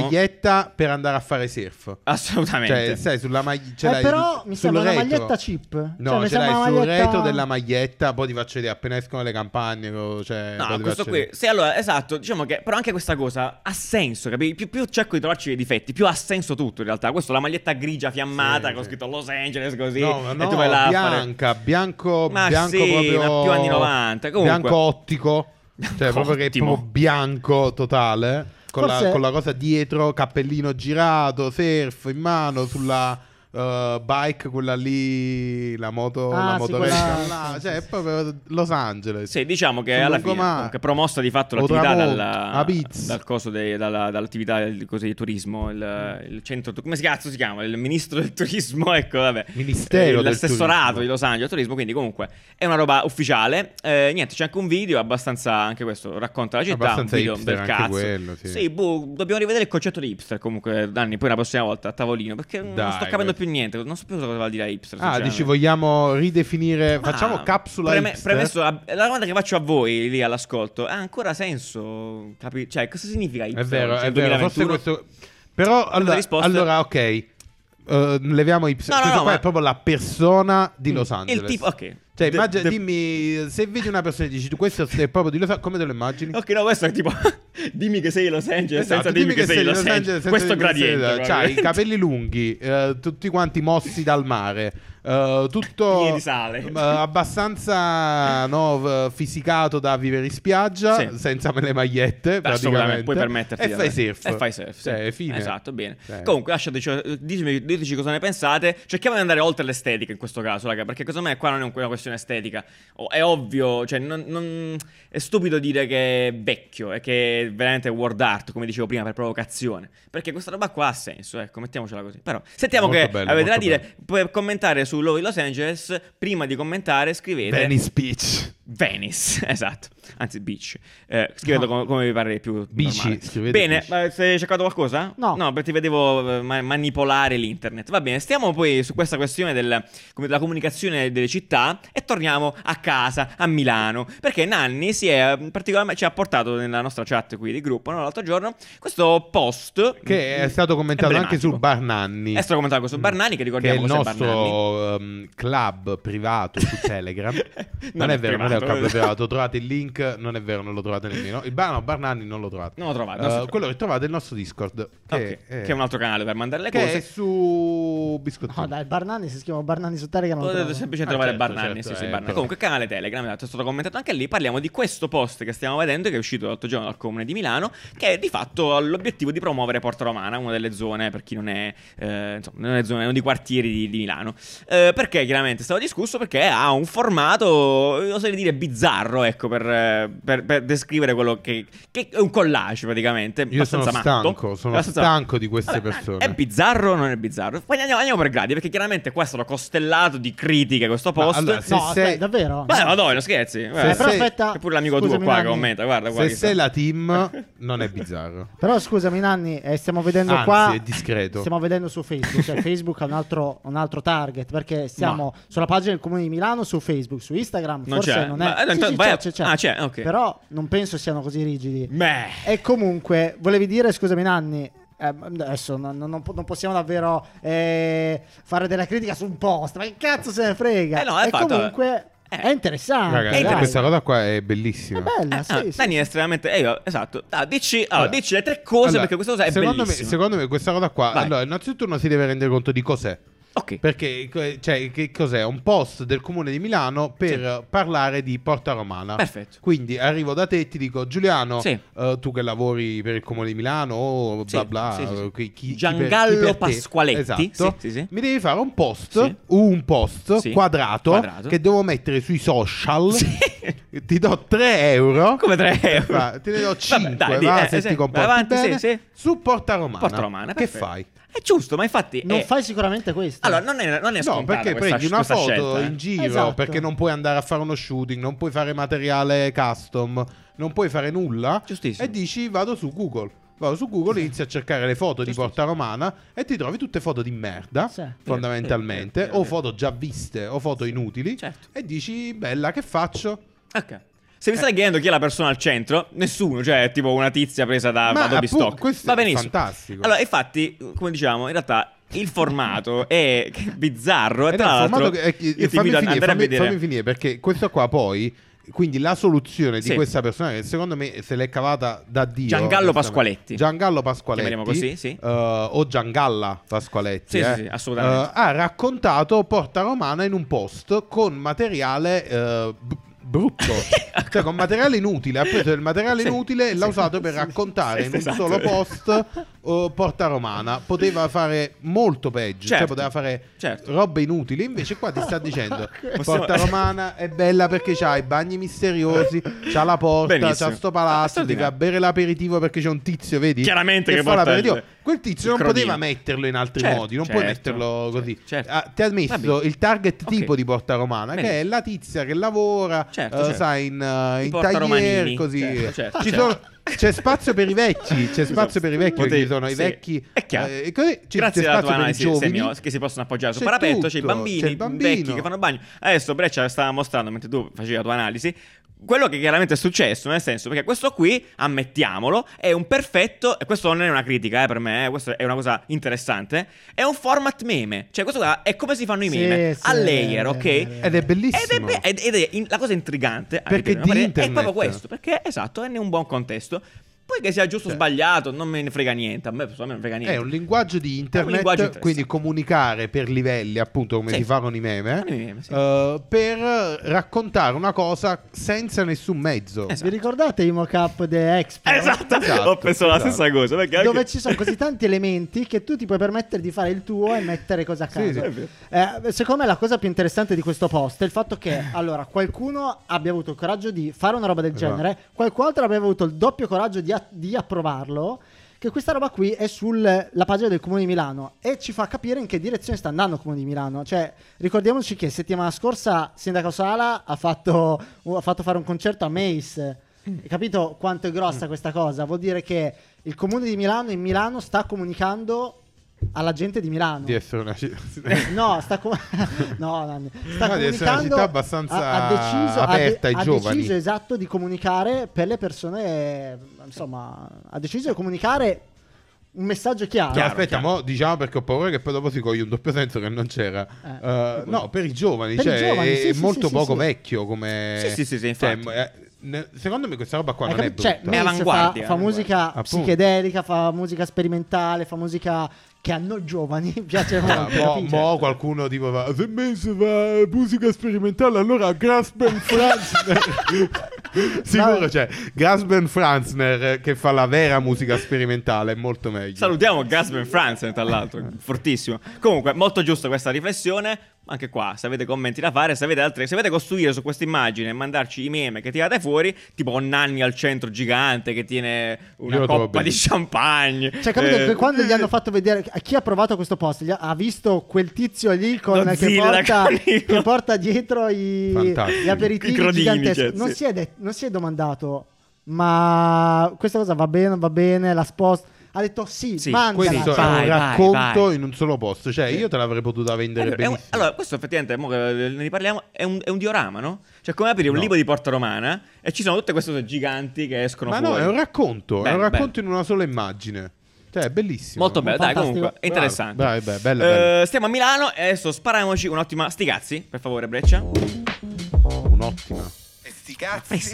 S1: maglietta per andare a fare surf.
S2: Assolutamente.
S1: Cioè, sai, sulla maglia. ce
S3: Eh,
S1: l'hai
S3: però mi
S1: sul
S3: sembra una
S1: retro.
S3: maglietta cheap. Cioè,
S1: No,
S3: mi
S1: ce
S3: sembra
S1: l'hai
S3: una
S1: sul
S3: maglietta-
S1: retro della maglietta. Poi ti faccio vedere appena escono le campagne. co- Cioè, poi
S2: No,
S1: ti
S2: questo
S1: faccio
S2: qui.
S1: vedere.
S2: Sì, allora, esatto. Diciamo che. Però anche questa cosa ha senso, capi? Più, più cerco di trovarci i difetti, più ha senso tutto in realtà. Questo, la maglietta grigia fiammata
S1: Sì,
S2: con
S1: sì.
S2: scritto Los Angeles così.
S1: No, ma
S2: e
S1: no,
S2: tu vai là a fare-
S1: bianca, bianco,
S2: Ma
S1: bianco
S2: sì,
S1: proprio
S2: ma più anni 90, comunque.
S1: bianco ottico, cioè
S2: Bianco
S1: proprio che è
S2: ottimo.
S1: proprio bianco totale, con,
S3: Forse-
S1: la, con la cosa dietro, cappellino girato, surf in mano, sulla eh, bike quella lì, la moto,
S3: Ah,
S1: la
S3: sì,
S1: motoretta,
S3: quella-
S1: là,
S3: sì,
S1: cioè
S3: sì,
S1: è
S3: sì.
S1: proprio Los Angeles.
S2: Sì, diciamo che
S1: Sul
S2: alla fine
S1: lungomare.
S2: comunque, è promossa di fatto
S1: O
S2: l'attività
S1: tramonto,
S2: dalla-
S1: a Biz.
S2: dal coso dei- dalla- dall'attività del, così, di turismo, il, il centro, tu- come si cazzo si chiama? Il ministro del turismo, ecco, vabbè.
S1: Ministero del
S2: Eh, L'assessorato
S1: turismo.
S2: di Los Angeles al turismo, quindi comunque è una roba ufficiale. Eh, niente, c'è anche un video abbastanza, anche questo racconta la città,
S1: Abbastanza
S2: un video
S1: hipster
S2: del
S1: anche
S2: cazzo.
S1: quello, sì.
S2: boh, dobbiamo rivedere il concetto di hipster comunque, Danni, poi la prossima volta a tavolino, perché non
S1: Dai,
S2: sto capendo
S1: questo-
S2: più niente, non so più cosa vuol dire hipster.
S1: Ah,
S2: sinceramente.
S1: dici vogliamo ridefinire, facciamo
S2: Ah,
S1: capsula
S2: preme-
S1: hipster?
S2: Premesso, la, la domanda che faccio a voi lì all'ascolto ha ancora senso? Capi- cioè, cosa significa hipster?
S1: È vero,
S2: oggi,
S1: è
S2: nel
S1: vero,
S2: 2021?
S1: forse questo... cioè, Però allora,
S2: risposte-
S1: allora, ok, eh, leviamo i...
S2: no,
S1: questo
S2: no,
S1: qua
S2: ma-
S1: è proprio la persona di Los Angeles.
S2: Il tipo, ok.
S1: Cioè,
S2: The-
S1: immagina,
S2: the-
S1: dimmi, se vedi una persona e dici tu questo è proprio di Los Angeles, come te lo immagini?
S2: Ok, no, questo è tipo. dimmi che sei Los Angeles,
S1: Esatto,
S2: senza dimmi che sei Los Angeles.
S1: senza
S2: Questo
S1: dirmi che sei- Cioè,
S2: gradiente.
S1: C'hai i
S2: proprio.
S1: capelli lunghi, eh, tutti quanti mossi dal mare, eh, tutto
S2: Pieni di sale.
S1: eh, abbastanza no, v- fisicato da vivere in spiaggia,
S2: Sì.
S1: senza le magliette.
S2: Assolutamente,
S1: praticamente.
S2: puoi permetterti
S1: E
S2: di
S1: fai
S2: andare.
S1: surf.
S2: E fai surf, sì.
S1: Cioè, fine.
S2: Esatto, bene.
S1: Cioè.
S2: Comunque, lasciateci, ditemi- diteci cosa ne pensate. Cerchiamo di andare oltre l'estetica in questo caso, raga, perché secondo me qua non è un- una questione estetica. O- è ovvio, cioè, non- non- è stupido dire che è vecchio e che è veramente world art, come dicevo prima, per provocazione. Perché questa roba qua ha senso, ecco, mettiamocela così. Però, sentiamo
S1: Molto
S2: che
S1: bello,
S2: avete da
S1: molto
S2: dire.
S1: bello.
S2: Per commentare su Love in Los Angeles, prima di commentare, scrivete.
S1: Venice Beach.
S2: Venice, esatto, anzi beach. Eh, scrivetelo com- come, vi pare più
S1: Ah. Bici,
S2: normale.
S1: scrivete
S2: Bene,
S1: bici.
S2: ma se hai cercato qualcosa?
S3: No.
S2: No, perché ti vedevo eh, ma- manipolare l'internet. Va bene, stiamo poi su questa questione del- come della comunicazione delle città e torniamo a casa, a Milano, perché Nanni si è eh, particolarmente ci ha portato nella nostra chat qui di gruppo, no, l'altro giorno, questo post mm,
S1: Che è stato commentato anche
S2: emblematico.
S1: sul Bar Nanni.
S2: È stato commentato su Barnani che
S1: Che è
S2: ricordiamo
S1: il
S2: cos'è Barnani.
S1: nostro ehm, club privato su Telegram. non,
S2: Non
S1: è,
S2: è
S1: vero, non è
S2: privato.
S1: un club privato. Trovate il link, non è vero, non lo trovate nemmeno. Il bar, no, Barnanni non lo trovate.
S2: Non lo trovate,
S1: Eh,
S2: non si trova.
S1: quello che trovate è il nostro Discord. Che,
S2: Ok,
S1: è,
S2: che è Ah, un altro canale per mandare le
S1: che
S2: cose.
S1: è su Biscottino.
S3: No, dai, Barnani, se si chiama Barnani su Telegram non
S2: Potete
S3: trovo.
S2: semplicemente
S1: Ah,
S2: trovare
S1: certo,
S2: Barnani.
S1: certo,
S2: sì, sì,
S1: eh,
S2: Barnani.
S1: però-
S2: Comunque, canale Telegram, esatto, è stato commentato anche lì. Parliamo di questo post che stiamo vedendo, che è uscito l'altro giorno dal comune di Milano, che di fatto ha l'obiettivo di promuovere Porta Romana, una delle zone, per chi non è, eh, insomma, non è zone, uno dei quartieri di, di Milano. Eh, perché chiaramente è stato discusso? Perché ha un formato, eh, oserei dire, bizzarro, ecco, per, eh, per- per descrivere quello che, che è un collage praticamente.
S1: Io sono
S2: abbastanza matto.
S1: stanco, sono
S2: Abbastanza-
S1: stanco di queste
S2: ma
S1: persone.
S2: È bizzarro o non è bizzarro? Poi andiamo, andiamo per gradi, perché chiaramente qua è stato costellato di critiche questo
S1: Ma
S2: post.
S1: allora, se
S3: No,
S1: sei-
S3: aspetta, davvero?
S2: Beh, ma dai, non scherzi.
S3: Eh,
S2: Guarda,
S3: però
S1: se-
S3: aspetta,
S2: c'è pure l'amico tuo
S3: scusami,
S2: qua che
S3: Nanni.
S2: commenta, guarda, guarda.
S1: Se
S2: chi
S1: sei
S2: sta.
S1: la team, non è bizzarro.
S3: Però scusami Nanni, eh, stiamo vedendo
S1: Anzi,
S3: qua...
S1: è discreto.
S3: Stiamo vedendo su Facebook, cioè Facebook ha un altro, un altro target, perché siamo sulla pagina del Comune di Milano, su Facebook, su Instagram,
S2: Non
S3: forse
S2: c'è.
S3: non
S2: Ma-
S3: è...
S2: eh,
S3: Sì, sì,
S2: vai a-
S3: c'è, c'è, c'è.
S2: ah, c'è, ok.
S3: Però non penso siano così rigidi.
S2: Beh.
S3: E comunque, volevi dire, scusami Nanni, ehm, adesso non, non- non po- non possiamo davvero eh, fare della critica su un post, ma che cazzo se ne frega?
S2: Eh no, è
S3: e
S2: fatto-
S3: comunque
S2: eh.
S3: è interessante.
S1: Ragazzi,
S3: Ah, dai.
S1: questa cosa qua è
S3: è
S1: bellissima.
S3: bella, sì,
S2: Ah,
S3: Eh, sì.
S2: Dani è estremamente. eh, io- esatto. Ah, dici, allora,
S1: Allora,
S2: dici le tre cose
S1: Allora,
S2: perché questa cosa è
S1: secondo
S2: bellissima.
S1: Me, secondo me questa cosa qua,
S2: Vai.
S1: allora, innanzitutto uno si deve rendere conto di cos'è.
S2: Ok.
S1: Perché que- cioè, che cos'è? Un post del comune di Milano per parlare di Porta Romana.
S2: Perfetto.
S1: Quindi arrivo da te e ti dico Giuliano,
S2: Sì.
S1: eh, tu che lavori per il comune di Milano o
S2: Sì,
S1: bla bla,
S2: sì, sì, sì.
S1: eh, chi- chi- chi per- chi
S2: Giangallo
S1: per te.
S2: Pasqualetti.
S1: Esatto.
S2: Sì, sì, sì.
S1: Mi devi fare un post,
S2: Sì.
S1: un post
S2: Sì.
S1: quadrato,
S2: Quadrato.
S1: che devo mettere sui social.
S2: Sì.
S1: Ti do 3 euro.
S2: Come 3 euro?
S1: Va, Eh, te ne do 5
S2: dai, di-
S1: va,
S2: eh,
S1: se
S2: sì,
S1: ti comporti
S2: vai avanti, sì,
S1: bene,
S2: sì.
S1: su Porta Romana.
S2: Porta Romana.
S1: che
S2: perfetto.
S1: fai?
S2: È giusto, ma infatti.
S3: Non
S2: è-
S3: fai sicuramente questo.
S2: eh, Allora, non è, non è
S1: No,
S2: scontata
S1: perché
S2: questa-
S1: prendi una
S2: questa
S1: foto
S2: scelta, eh.
S1: in giro
S3: Esatto.
S1: perché non puoi andare a fare uno shooting, non puoi fare materiale custom, non puoi fare nulla.
S2: Giustissimo.
S1: E dici vado su Google. Vado su Google, inizi a cercare le foto di
S2: Giustissimo.
S1: Porta Romana e ti trovi tutte foto di merda,
S3: Sì.
S1: fondamentalmente,
S2: Vero, vero, vero,
S1: o foto già viste o foto inutili.
S2: certo.
S1: E dici bella, che faccio?
S2: Ok. Se vi
S1: Eh.
S2: state chiedendo chi è la persona al centro, nessuno, cioè è tipo una tizia presa da
S1: Ma,
S2: Adobe
S1: appunto,
S2: Stock.
S1: questo
S2: Va
S1: è
S2: benissimo.
S1: fantastico.
S2: Allora, infatti, come diciamo, in realtà il formato è che- bizzarro e
S1: Eh
S2: tra
S1: no, il
S2: l'altro
S1: formato che- eh,
S2: io ti
S1: fammi,
S2: invito ad
S1: finire,
S2: andare a
S1: fammi-
S2: vedere.
S1: fammi finire, perché questo qua poi quindi la soluzione di
S2: Sì.
S1: questa persona che secondo me se l'è cavata da Dio
S2: Giangallo
S1: onestamente.
S2: Pasqualetti.
S1: Giangallo Pasqualetti
S2: Chiameremo così, sì.
S1: eh, o Giangalla Pasqualetti
S2: Sì,
S1: eh,
S2: sì, sì, assolutamente.
S1: eh, ha raccontato Porta Romana in un post con materiale eh, b- brutto cioè con materiale inutile ha preso del materiale
S2: Sì,
S1: inutile e l'ha
S2: sì,
S1: usato per
S2: sì,
S1: raccontare
S2: sì,
S1: in un
S2: esatto.
S1: solo post eh, Porta Romana poteva fare molto peggio cioè
S2: Certo,
S1: poteva fare
S2: certo.
S1: robe inutili. Invece, qua ti sta dicendo:
S2: Possiamo-
S1: Porta Romana è bella perché c'ha i bagni misteriosi, c'ha la porta,
S2: Benissimo.
S1: c'ha sto palazzo. Ti
S2: Straordinario.
S1: va a bere l'aperitivo perché c'è un tizio, vedi?
S2: Chiaramente che
S1: fa
S2: porta
S1: l'aperitivo.
S2: il-
S1: Quel tizio
S2: il
S1: non poteva
S2: crodino.
S1: metterlo in altri
S2: Certo,
S1: modi. Non puoi
S2: certo,
S1: metterlo così.
S2: certo.
S1: Ah, ti ha messo
S2: Vabbè.
S1: il target
S2: Ok.
S1: tipo di Porta Romana, che è
S2: Benissimo.
S1: la tizia che lavora,
S2: Certo,
S1: eh,
S2: certo.
S1: sai, in, eh,
S2: I
S1: in
S2: Porta
S1: taglier.
S2: Romanini.
S1: Così
S2: Certo, certo,
S1: Ci
S2: certo.
S1: sono- C'è spazio per i vecchi. C'è spazio per i vecchi. perché
S2: Potevi-
S1: Ci sono i
S2: sì,
S1: vecchi.
S2: è chiaro.
S1: eh, così c'è-
S2: Grazie
S1: c'è
S2: alla tua
S1: spazio per i
S2: analisi
S1: giovani.
S2: semio- che si possono appoggiare sul
S1: C'è
S2: parapetto, c'è i
S1: tutto,
S2: bambini,
S1: c'è il
S2: i
S1: bambino.
S2: vecchi che fanno bagno. Adesso Breccia stava mostrando mentre tu facevi la tua analisi. Quello che chiaramente è successo, nel senso, perché questo qui, ammettiamolo, è un perfetto, e questo non è una critica eh, per me, eh, questa è una cosa interessante, è un format meme, cioè questo qua è come si fanno i
S3: Sì,
S2: meme,
S3: sì,
S2: a layer,
S3: eh,
S2: ok?
S3: eh, eh.
S1: Ed è
S2: Ed è,
S1: bellissimo.
S2: be- ed- ed è in- la cosa intrigante
S1: Perché
S2: anche per
S1: di
S2: me, pare-
S1: internet.
S2: è proprio questo. Perché esatto, è in un buon contesto. Poi che sia giusto o
S1: Cioè.
S2: sbagliato, non me ne frega niente. A me personalmente non frega
S1: È
S2: niente.
S1: un linguaggio di internet,
S2: linguaggio interessante.
S1: quindi comunicare per livelli, appunto come
S2: Sì.
S1: si fa con i meme,
S2: Con i meme, sì.
S1: eh, per raccontare una cosa senza nessun mezzo.
S2: Esatto.
S3: Vi ricordate i mock-up di Expo?
S2: Esatto,
S1: Esatto,
S2: ho pensato la
S1: esatto.
S2: stessa cosa. Perché
S3: Dove
S2: anche-
S3: ci sono così tanti elementi che tu ti puoi permettere di fare il tuo e mettere cosa a caso.
S1: sì. È vero.
S3: Eh, secondo me la cosa più interessante di questo post è il fatto che allora, qualcuno abbia avuto il coraggio di fare una roba del
S1: Esatto.
S3: genere, qualcun altro abbia avuto il doppio coraggio di, a- di approvarlo. Che questa roba qui è sulla pagina del Comune di Milano e ci fa capire in che direzione sta andando il Comune di Milano. Cioè, ricordiamoci che settimana scorsa Sindaco Sala ha fatto, uh, ha fatto fare un concerto a Mace. Hai capito quanto è grossa questa cosa? Vuol dire che il Comune di Milano in Milano sta comunicando alla gente di Milano.
S1: Di essere una città,
S3: No, sta, com- no, Nanni. sta
S1: No, deve essere una
S3: comunicando.
S1: città abbastanza
S3: ha, ha deciso, ha de-
S1: aperta ai
S3: ha
S1: giovani.
S3: deciso esatto di comunicare per le persone. Insomma, ha deciso di comunicare un messaggio chiaro.
S1: No,
S2: Chiaro,
S1: aspetta,
S2: chiaro.
S1: mo diciamo perché ho paura che poi dopo si coglie un doppio senso che non c'era.
S3: Eh.
S1: Eh, no, per i giovani,
S3: Per i
S1: cioè,
S3: giovani,
S1: è
S3: sì, sì,
S1: molto
S3: sì,
S1: poco
S3: sì.
S1: vecchio come...
S2: Sì, sì, sì, sì,
S1: Cioè,
S2: infatti.
S1: eh, ne- secondo me questa roba qua
S3: Hai
S1: non è
S3: capito? Cioè,
S1: brutta.
S2: me-
S3: Mace fa,
S2: avanguardia,
S3: fa musica
S1: avanguardia.
S3: psichedelica, fa musica sperimentale, fa musica che a noi giovani piace
S1: Ah,
S3: molto.
S1: mo,
S3: capisci?
S1: mo qualcuno tipo va, se Mace fa musica sperimentale allora Grasben Franzner sicuro cioè Grasben Franzner eh, che fa la vera musica sperimentale è molto meglio
S2: Salutiamo Gasman France, tra l'altro, fortissimo. Comunque, molto giusta questa riflessione. Anche qua, se avete commenti da fare, se avete altre, se avete costruire su questa immagine e mandarci i meme che tirate fuori, tipo un nanni al centro gigante che tiene una
S1: Io lo trovo
S2: coppa di
S1: bellissimo.
S2: champagne.
S3: Cioè, capito
S2: Eh,
S3: che quando gli hanno fatto vedere a chi ha provato questo post, gli ha, ha visto quel tizio lì con,
S2: Lo
S3: che,
S2: Zilla
S3: porta,
S2: con il-
S3: che porta dietro i,
S1: Fantastico.
S3: gli aperitivi
S2: I crodini,
S3: giganteschi.
S2: cioè,
S3: non,
S2: sì.
S3: si è det- non si è domandato, ma questa cosa va bene, va bene, la sposta. Ha detto sì,
S2: Sì,
S3: mandala.
S1: questo
S2: Vai,
S1: è
S2: vai,
S1: un racconto
S2: vai.
S1: in un solo posto cioè io te l'avrei potuta vendere
S2: Allora, è un-
S1: benissimo
S2: allora, questo effettivamente, mo che ne riparliamo, è un, è un diorama, no? Cioè, come aprire un
S1: No.
S2: libro di Porta Romana e ci sono tutte queste cose giganti che escono
S1: ma no
S2: fuori.
S1: è un racconto è
S2: Bello,
S1: un racconto in una sola immagine Cioè, è bellissimo.
S2: Molto bello, dai,
S3: Fantastico.
S2: comunque, è interessante.
S1: Bravo, bravo, bello,
S2: Eh,
S1: bello.
S2: Stiamo a Milano e adesso spariamoci un'ottima stigazzi, per favore, Breccia.
S1: Un'ottima.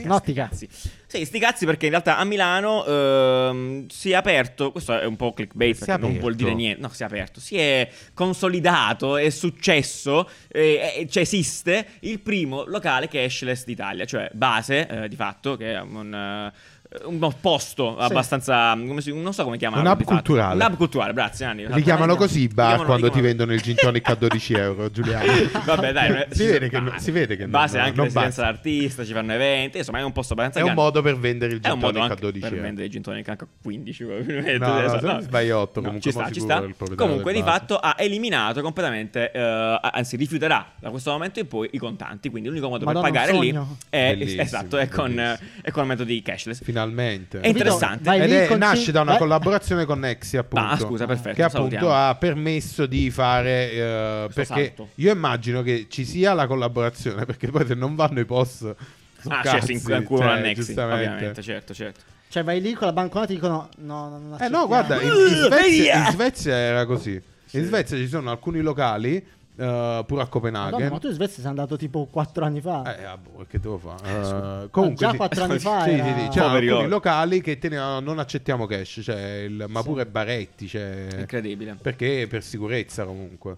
S3: Notti cazzi.
S2: Sì. Sì, sti cazzi perché in realtà a Milano ehm, si è aperto, questo è un po' clickbait
S1: Si è
S2: perché non
S1: aperto.
S2: vuol dire niente, no, si è aperto, si è consolidato, è successo, eh, eh, cioè esiste il primo locale cashless d'Italia, cioè base eh, di fatto, che è un... eh, un posto abbastanza come si- non so come chiamarlo
S1: Un hub
S2: di fatto.
S1: culturale.
S2: un hub culturale grazie Anni
S1: Li chiamano così
S2: Li
S1: bar
S2: chiamano-
S1: quando
S2: li
S1: ti
S2: chiamano-
S1: vendono il gin tonic a 12 euro, Giuliano.
S2: Vabbè, dai, eh, non è-
S1: Si vede che non- si vede che non-
S2: base è anche
S1: non
S2: residenza
S1: basta.
S2: d'artista, ci fanno eventi, insomma, è un posto abbastanza
S1: È un
S2: grande.
S1: modo per vendere il
S2: È un
S1: gin
S2: modo
S1: tonic a
S2: anche
S1: 12
S2: per
S1: euro.
S2: vendere il gin tonic anche a 15 probabilmente.
S1: No, no,
S2: adesso,
S1: se non sbagli otto, comunque
S2: ci sta,
S1: mo
S2: ci
S1: sicuro
S2: sta.
S1: il proprietario
S2: Comunque
S1: del
S2: di
S1: bar.
S2: fatto ha eliminato completamente eh, anzi rifiuterà da questo momento in poi i contanti, quindi l'unico modo
S3: Madonna,
S2: per pagare
S3: un
S2: lì
S3: sogno.
S2: è
S1: Bellissimo,
S2: esatto, è con
S1: bellissimo.
S2: è con metodi cashless.
S1: Finalmente.
S2: È interessante.
S3: Vai
S1: Ed
S3: lì
S1: è-
S3: con-
S1: nasce da una
S3: vai-
S1: collaborazione con Nexi, appunto.
S2: Ah, scusa, perfetto,
S1: Che appunto
S2: salutiamo.
S1: ha permesso di fare. eh,
S2: Questo
S1: perché
S2: salto.
S1: io immagino che ci sia la collaborazione, perché poi se non vanno i post. sono
S2: Ah, cioè,
S1: cazzi,
S2: si inculano
S1: cioè,
S2: a Nexi,
S1: giustamente.
S2: ovviamente, certo, certo.
S3: Cioè, vai lì con la banconota e dicono: No, no, no.
S1: Eh no, guarda, in, in
S2: Uh,
S1: Svezia,
S2: via!
S1: in Svezia era così. In Svezia ci sono alcuni locali, eh, pure a Copenaghen.
S3: Madonna, ma tu in Svezia sei andato tipo 4 anni fa.
S1: Eh, ah, boh, che devo fare? Eh, comunque,
S3: Eh, Ah, già
S1: sì.
S3: quattro anni fa
S1: Sì, cioè,
S3: era-
S1: sì, sì, c'erano
S2: Poveri
S1: alcuni
S2: loro.
S1: locali che tenevano, non accettiamo cash, cioè il- ma pure baretti, cioè-
S2: Incredibile.
S1: perché per sicurezza comunque.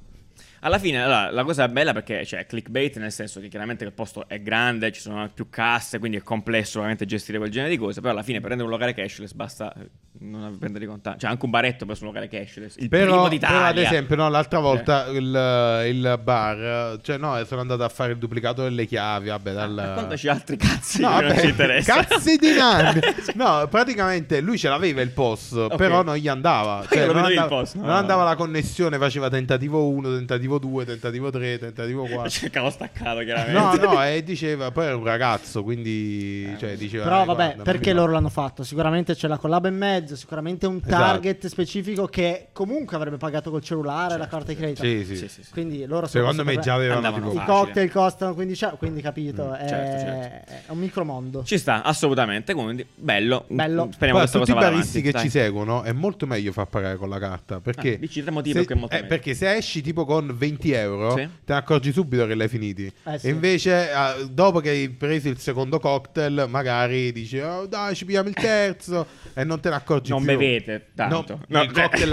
S2: Alla fine, allora, la cosa bella perché cioè, è clickbait, nel senso che chiaramente il posto è grande, ci sono più casse, quindi è complesso veramente gestire quel genere di cose. Però alla fine, per prendere un locale cashless, basta eh, non prendere i contanti. Cioè, anche un baretto per un locale cashless. Il
S1: Però,
S2: primo d'Italia. Cioè, Eh.
S1: però, ad esempio, no, l'altra volta il, il bar, cioè no, sono andato a fare il duplicato delle chiavi, vabbè, dal...
S3: Ah,
S2: Raccontaci altri cazzi
S1: No,
S2: che non
S1: vabbè,
S2: ci interessa.
S1: Cazzi di nanni. No, praticamente lui ce l'aveva il POS, però non gli andava.
S2: io
S1: Cioè,
S2: lo
S1: non
S2: vedo io il
S1: andava,
S2: POS, no,
S1: non
S2: no.
S1: andava la connessione, faceva tentativo 1, tentativo 2, tentativo 3, tentativo 4.
S2: Cercavo staccato, chiaramente.
S1: No, no, e diceva, poi era un ragazzo, quindi cioè, diceva...
S3: Però
S1: "Eh,
S3: vabbè,
S1: guarda,
S3: perché
S1: non mi
S3: loro l'hanno fatto? Sicuramente c'è la collab in mezzo, sicuramente un
S1: Esatto.
S3: target specifico che comunque avrebbe pagato col cellulare la carta di credito.
S1: va". Sì, sì.
S2: Certo, Sì, sì, sì.
S3: Quindi loro sono
S1: Secondo me
S3: super-
S1: già avevano
S2: Andavano
S1: tipo...
S3: I
S2: Facile.
S3: cocktail costano 15 euro, quindi capito, è,
S2: certo, certo.
S3: è un micromondo.
S2: Ci sta, assolutamente. Quindi, bello.
S3: Bello.
S2: Speriamo che questa
S1: Guarda,
S2: cosa
S1: tutti i
S2: vada
S1: baristi
S2: avanti.
S1: che
S2: dai.
S1: ci seguono è molto meglio far pagare con la carta perché,
S2: Ah, dici tre motivi
S1: se,
S2: perché è molto
S1: eh,
S2: meglio.
S1: perché se esci tipo con 20 euro
S2: Sì.
S1: te ne accorgi subito che l'hai finiti
S3: Eh, sì.
S1: e invece ah, dopo che hai preso il secondo cocktail magari dici "Oh, dai ci pigliamo il terzo e non te ne accorgi
S2: Non
S1: più.
S2: bevete tanto.
S1: no,
S2: No,
S1: il
S2: cioè-
S1: cocktail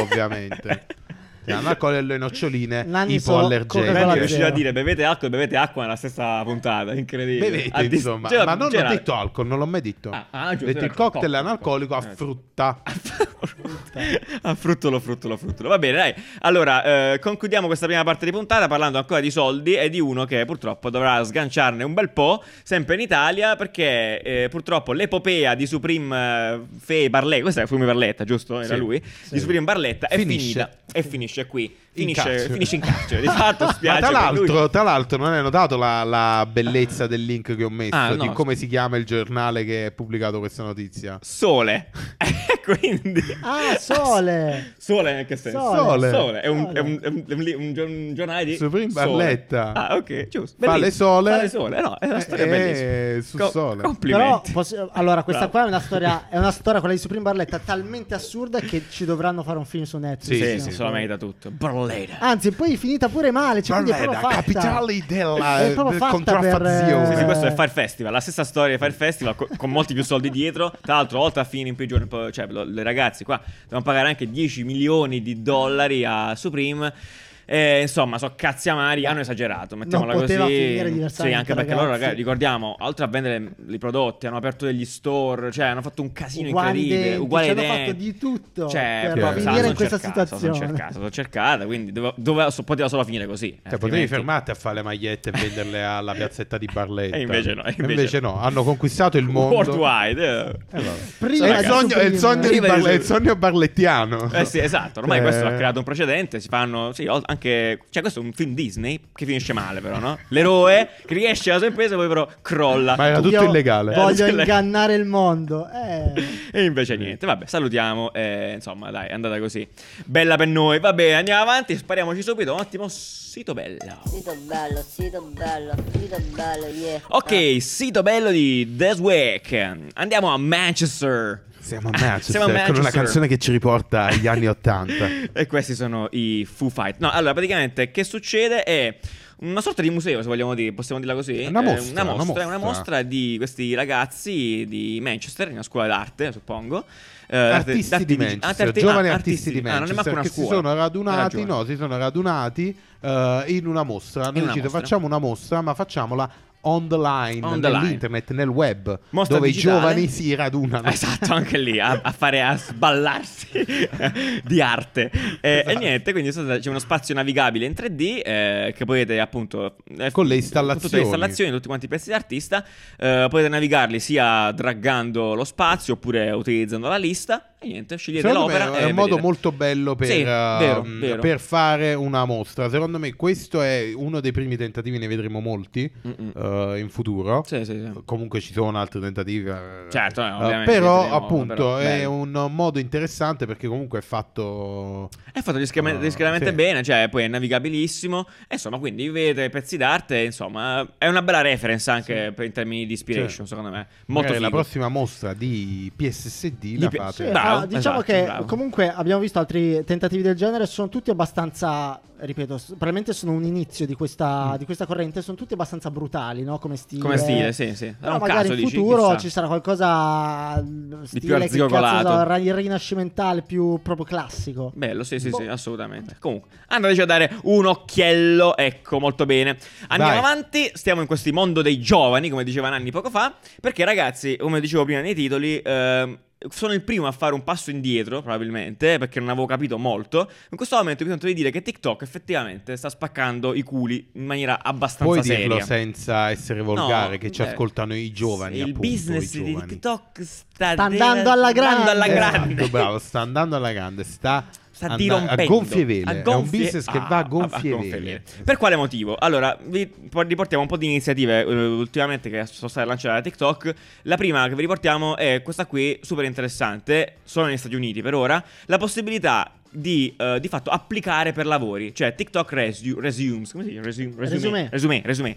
S1: ovviamente l'analcolico e le noccioline
S3: Nanni solo Coca-Cola
S2: Nanni è
S1: ipoallergeniche
S2: riuscito a
S3: zero.
S2: dire bevete alcol e bevete acqua nella stessa puntata, incredibile. A
S1: Bevete,
S2: dis- cioè,
S1: insomma,
S2: C'era-
S1: ma non
S2: c'era-
S1: ho detto alcol, non l'ho mai detto.
S2: Ah, ah,
S1: ho
S2: giusto,
S1: detto
S2: era
S1: il cocktail
S2: cocktail,
S1: analcolico a
S2: eh.
S1: frutta.
S2: Ah, fruttolo, fruttolo, fruttolo. Va bene, dai. Allora, eh, concludiamo questa prima parte di puntata parlando ancora di soldi e di uno che purtroppo dovrà sganciarne un bel po', sempre in Italia, perché eh, purtroppo l'epopea di Supreme eh, Fee Barletta, questa è Fume Barletta, giusto? Era
S1: Sì.
S2: lui? Di
S1: Sì.
S2: Supreme Barletta è
S1: Finisce.
S2: finita. E finisce qui. Finisce
S1: carcere.
S2: finisce in carcere. Di fatto
S1: Ma
S2: spiace
S1: tra
S2: per lui.
S1: l'altro, tra l'altro non hai notato la, la bellezza del link che ho messo
S2: Ah, no.
S1: di come si chiama il giornale che ha pubblicato questa notizia?
S2: Sole. Eh, Quindi...
S3: Ah, Sole!
S2: Sole in che senso?
S1: Sole.
S2: È un, è un- è un- è un li- un gio- un giornale di...
S1: Supreme
S2: Sole.
S1: Barletta.
S2: Ah, ok, giusto.
S1: Fa le
S2: Bellissimo.
S1: sole.
S2: Fa le sole, no, è una storia
S1: Eh,
S2: bellissima.
S1: su Sole.
S3: Però,
S2: Complimenti.
S3: possi- allora, questa
S2: Bravo.
S3: qua è una storia, è una storia, quella di Supreme Barletta, talmente assurda che ci dovranno fare un film su Netflix.
S1: Sì,
S2: Sì,
S1: sì,
S2: sì,
S1: sì.
S2: se la merita tutto. Barletta.
S3: Anzi, poi è finita pure male, cioè, quindi è proprio fatta.
S1: capitale della eh,
S3: È
S1: del
S3: proprio fatta
S1: contraffazione.
S3: per,
S2: Sì, sì,
S3: eh,
S2: questo è Fire Festival, la stessa storia di Fire Festival co- con molti più soldi dietro. Tra l'altro, oltre a finire in prigione, poi- cioè, lo- le ragazze qua devono pagare anche 10 milioni di dollari a Supreme. Eh, insomma, so cazzi amari, hanno esagerato, mettiamola così.
S3: poteva finire
S2: Sì,
S3: diversamente,
S2: anche perché loro,
S3: ragazzi.
S2: ragazzi, ricordiamo, oltre a vendere i prodotti, hanno aperto degli store, cioè hanno fatto un casino
S3: Uguali
S2: incredibile,
S3: denti,
S2: uguali
S3: ci
S2: ai
S3: hanno fatto
S2: denti.
S3: di tutto
S2: Cioè,
S3: per
S2: proprio,
S1: finire
S2: sa,
S1: in
S2: sono
S3: questa
S2: cercato,
S3: situazione.
S2: Sono cercata, sono cercata, quindi dove- dove- so- poteva solo finire così. eh,
S1: Cioè, potevi
S2: altrimenti-
S1: fermarti a fare le magliette e venderle alla piazzetta di Barletta.
S2: E invece no,
S1: E
S2: invece-
S1: invece no, hanno conquistato il mondo.
S2: Worldwide. eh.
S1: Eh, vabbè.
S3: Prima
S1: È il
S3: di
S1: sogno, è il
S3: Supreme.
S1: sogno di
S2: Prima di
S1: Barle-
S2: Supreme.
S1: il sogno barlettiano.
S2: Eh sì, esatto, ormai
S1: Eh.
S2: questo ha creato un precedente, si fanno, sì, o- anche, cioè questo è un film Disney che finisce male però, no? L'eroe che riesce alla sorpresa poi però crolla.
S1: Ma era tutto
S3: Io
S1: illegale.
S3: Voglio
S2: Eh, sì,
S3: ingannare il mondo. Eh.
S2: E invece niente, vabbè, salutiamo, eh, insomma dai, è andata così. Bella per noi, va bene, andiamo avanti, spariamoci subito, un attimo, sito bello.
S5: Sito bello, sito bello, sito bello, yeah.
S2: Ok, sito bello di This Week, andiamo a Manchester.
S1: Siamo a Manchester,
S2: Siamo a
S1: con una
S2: Manchester. Eh,
S1: canzone che ci riporta agli anni 80.
S2: e questi sono i Foo Fight. No, allora praticamente che succede è una sorta di museo, se vogliamo dire, possiamo dirla così.
S1: Una
S2: Eh,
S1: mostra,
S2: una,
S1: una
S2: mostra, una
S1: mostra.
S2: mostra di questi ragazzi di Manchester, in una scuola d'arte, suppongo. Eh, d'arte-
S1: artisti
S2: d'arte
S1: di
S2: digi-
S1: Manchester,
S2: ah, d'arte-
S1: giovani
S2: ah,
S1: artisti di
S2: artisti. Ah, non è
S1: Manchester
S2: manco una
S1: che
S2: scuola.
S1: si sono
S2: Hai
S1: radunati,
S2: ragione.
S1: no, si sono radunati eh, in una mostra. Hanno
S2: In una
S1: deciso
S2: mostra.
S1: facciamo una mostra, ma facciamola on the line,
S2: On the line.
S1: nell'internet, nel web,
S2: Mostra
S1: dove
S2: digitale.
S1: i giovani si radunano.
S2: Esatto, anche lì a, a fare a sballarsi di arte. Eh, E
S1: Esatto.
S2: niente, quindi insomma, c'è uno spazio navigabile in 3D eh, che potete appunto eh,
S1: Con
S2: Tutte le
S1: le installazioni.
S2: installazioni, tutti quanti i pezzi d'artista. eh, potete navigarli sia draggando lo spazio oppure utilizzando la lista. E niente, scegliete
S1: Secondo me
S2: l'opera.
S1: è
S2: e
S1: un modo
S2: vedete.
S1: molto bello per,
S2: Sì,
S1: eh,
S2: vero,
S1: mh,
S2: vero.
S1: per fare una mostra. Secondo me questo è uno dei primi tentativi, ne vedremo molti
S2: Mm-mm.
S1: eh, in futuro.
S2: Mm, Sì, sì, sì.
S1: Comunque ci sono altri tentativi. eh,
S2: Certo, eh,
S1: eh,
S2: ovviamente,
S1: però
S2: vedremo,
S1: appunto
S2: però,
S1: è
S2: bello.
S1: un modo interessante perché comunque è fatto
S2: È fatto discre-
S1: Ah,
S2: discretamente
S1: sì.
S2: bene, cioè poi è navigabilissimo. E insomma, quindi vedete pezzi d'arte. Insomma, è una bella reference anche per- in termini di inspiration, secondo me. Molto
S1: Magari la
S2: figo.
S1: prossima mostra di PSSD
S2: Di
S1: la
S2: P-
S1: fate.
S2: sì.
S3: Eh,
S2: Bravo,
S3: ah, diciamo
S2: esatto,
S3: che
S2: bravo.
S3: comunque abbiamo visto altri tentativi del genere, sono tutti abbastanza, ripeto, s- probabilmente sono un inizio di questa, di questa corrente, sono tutti abbastanza brutali no? come stile.
S2: Mm. Come stile, sì, sì. Era
S3: Però
S2: un
S3: magari
S2: caso,
S3: in
S2: dici,
S3: futuro
S2: chissà.
S3: ci sarà qualcosa mh, stile
S2: più
S3: che
S2: arzigogolato.
S3: cazzo ne so, ra- il rinascimentale più proprio classico.
S2: Bello, sì, sì,
S3: Boh.
S2: sì, assolutamente. Comunque, andateci a dare un occhiello, ecco, molto bene. Andiamo
S1: Vai.
S2: avanti, stiamo in questo mondo dei giovani, come diceva Nanni poco fa, perché ragazzi, come dicevo prima nei titoli, ehm, sono il primo a fare un passo indietro, probabilmente, perché non avevo capito molto. In questo momento mi sento di dire che TikTok effettivamente sta spaccando i culi in maniera abbastanza
S1: Puoi
S2: seria.
S1: dirlo senza essere volgare,
S2: No,
S1: che ci
S2: beh,
S1: ascoltano i giovani.
S2: Il
S1: appunto,
S2: business
S1: i
S2: di
S1: giovani.
S2: TikTok sta,
S3: Sta andando alla
S2: andando alla
S3: grande.
S2: grande.
S1: Esatto, bravo, sta andando alla grande, sta,
S2: sta
S1: and-
S2: dirompendo
S1: a gonfie
S2: A
S1: vele. È un
S2: gonfie-
S1: business che
S2: ah,
S1: va a
S2: a
S1: gonfie
S2: gonfie
S1: vele.
S2: Per quale motivo? Allora, vi por- riportiamo un po' di iniziative eh, ultimamente che sono state lanciate da TikTok. La prima che vi riportiamo è questa qui, super interessante, solo negli Stati Uniti per ora, la possibilità di, eh, di fatto applicare per lavori, cioè TikTok resu- Resumes, come si dice? Resume, resume,
S3: Resume.
S2: resume, resume.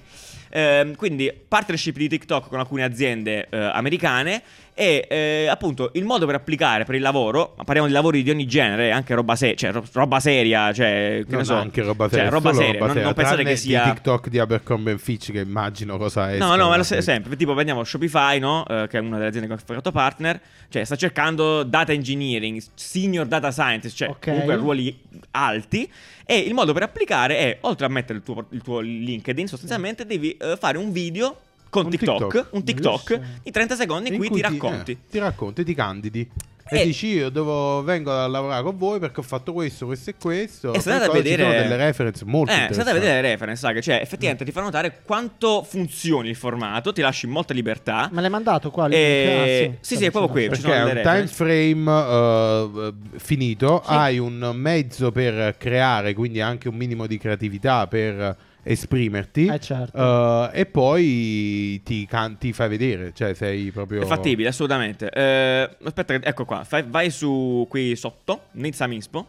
S2: Ehm, quindi partnership di TikTok con alcune aziende eh, americane e eh, appunto il modo per applicare per il lavoro, ma parliamo di lavori di ogni genere, anche roba, se- cioè, ro- roba seria, cioè che
S1: Non
S2: ne so,
S1: anche roba
S2: cioè,
S1: seria,
S2: roba
S1: solo
S2: seria,
S1: roba
S2: non,
S1: seria,
S2: non pensate
S1: tranne
S2: che
S1: i
S2: sia
S1: TikTok di Abercrombie Fitch che immagino cosa è.
S2: No, no, ma lo se- sempre. Tipo, prendiamo Shopify, no? Eh, che è una delle aziende che ho fatto partner. Cioè, sta cercando data engineering, senior data scientist, cioè
S3: Ok.
S2: comunque ruoli alti. E il modo per applicare è, oltre a mettere il tuo, il tuo LinkedIn, sostanzialmente devi eh, fare un video con
S1: Mm. Un
S2: TikTok,
S1: TikTok.
S2: un TikTok
S3: Bellissimo.
S2: di 30 secondi in, cui, ti racconti.
S1: eh, ti racconti, ti candidi. E,
S2: E-
S1: dici io devo, vengo a lavorare con voi perché ho fatto questo, questo e questo.
S2: E se andate a
S1: Poi Esatto. ci
S2: vedere
S1: sono delle reference molto
S2: Eh, se andate a
S1: interessanti.
S2: vedere le reference, sa che cioè effettivamente ti fa notare quanto funzioni il formato, ti lasci molta libertà.
S3: Me l'hai mandato qua? il
S2: Eh,
S3: link? Ah,
S2: sì, sì, è proprio qui. Ci sono
S1: Perché è
S2: delle
S1: un time
S2: reference.
S1: frame eh, finito,
S2: Sì.
S1: hai un mezzo per creare, quindi anche un minimo di creatività per esprimerti.
S3: Eh, certo.
S1: eh, e poi ti, can- ti fai vedere, cioè sei proprio
S2: È fattibile, assolutamente. Eh, aspetta, che- ecco qua. fai- vai su qui sotto, Nizam Inspo.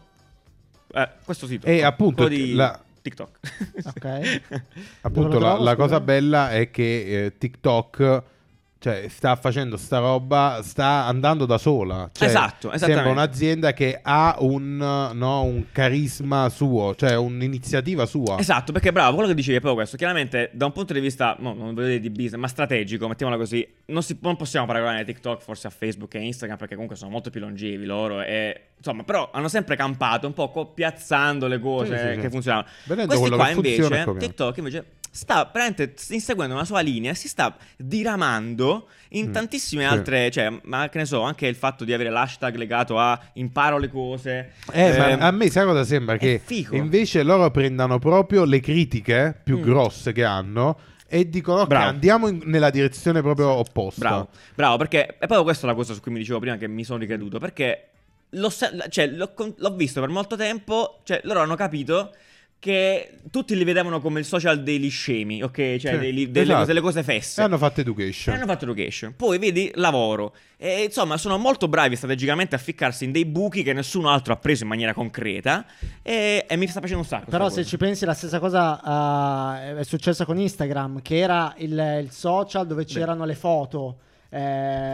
S2: Eh, questo sito.
S1: E
S2: qua,
S1: appunto,
S2: quello di
S1: la-
S2: TikTok.
S3: Ok.
S1: Appunto, la,
S3: Dove lo trovo,
S1: la
S3: scusa?
S1: cosa bella è che eh, TikTok cioè, sta facendo sta roba, sta andando da sola. Cioè,
S2: Esatto, esattamente.
S1: Sembra un'azienda che ha un, no, un carisma suo, cioè un'iniziativa sua.
S2: Esatto, perché bravo, quello che dicevi è proprio questo. Chiaramente, da un punto di vista, no, non voglio dire di business, ma strategico, mettiamola così, non, si- non possiamo paragonare TikTok forse a Facebook e Instagram, perché comunque sono molto più longevi loro. E, insomma, però hanno sempre campato un po' copiazzando le cose
S1: Sì, sì, sì.
S2: cioè, che funzionavano.
S1: Vedendo
S2: Questi
S1: quello
S2: qua
S1: che funziona e
S2: invece,
S1: copiano.
S2: TikTok invece sta veramente sta inseguendo una sua linea e si sta diramando in
S1: Mm,
S2: tantissime
S1: sì.
S2: altre, cioè, ma che ne so, anche il fatto di avere l'hashtag legato a imparo le cose.
S1: Eh,
S2: Ehm,
S1: ma a me sai cosa sembra?
S2: è
S1: Che
S2: figo.
S1: invece loro prendano proprio le critiche eh, più
S2: Mm.
S1: grosse che hanno e dicono ok,
S2: Bravo.
S1: andiamo in- nella direzione proprio opposta.
S2: Bravo, bravo, perché è proprio questa la cosa su cui mi dicevo prima che mi sono ricaduto, perché l'ho, se- cioè, l'ho con- l'ho visto per molto tempo, cioè loro hanno capito che tutti li vedevano come il social degli scemi, ok? Cioè
S1: Sì,
S2: dei li- delle,
S1: esatto.
S2: cose, delle cose fesse.
S1: E hanno
S2: E
S1: fatto education.
S2: hanno fatto education. Poi vedi lavoro. E insomma, sono molto bravi strategicamente a ficcarsi in dei buchi che nessuno altro ha preso in maniera concreta. E, e mi sta facendo un sacco.
S3: Però
S2: sta
S3: se
S2: cosa.
S3: ci pensi la stessa cosa eh, è successa con Instagram, che era il, il social dove c'erano le foto.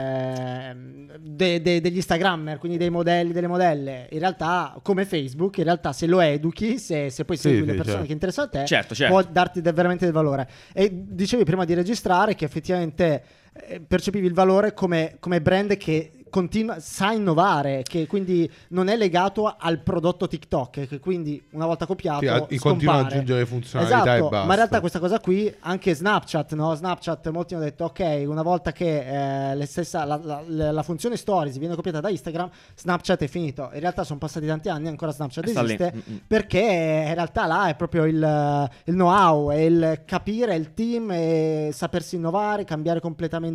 S3: ehm, de- de- degli Instagrammer, quindi dei modelli, delle modelle, in realtà come Facebook, in realtà se lo educhi, se, se poi
S1: Sì,
S3: segui
S1: sì,
S3: le persone
S1: certo.
S3: che interessano a te,
S2: Certo, certo.
S3: può darti de- veramente del valore. E dicevi prima di registrare che effettivamente eh, percepivi il valore come, come brand che continua, sa innovare, che quindi non è legato a- al prodotto TikTok, che quindi una volta copiato
S1: Sì, a-
S3: scompare.
S1: continua ad aggiungere funzionalità
S3: esatto,
S1: e basta.
S3: Ma in realtà questa cosa qui, anche Snapchat, no? Snapchat molti hanno detto, ok, una volta che eh, le stessa- la, la- la- la funzione Stories viene copiata da Instagram, Snapchat è finito. In realtà sono passati tanti anni, ancora Snapchat
S2: Sta lì.
S3: esiste,
S2: Mm-mm.
S3: perché in realtà là è proprio il, eh, il know-how, è il capire il team, e sapersi innovare, cambiare completamente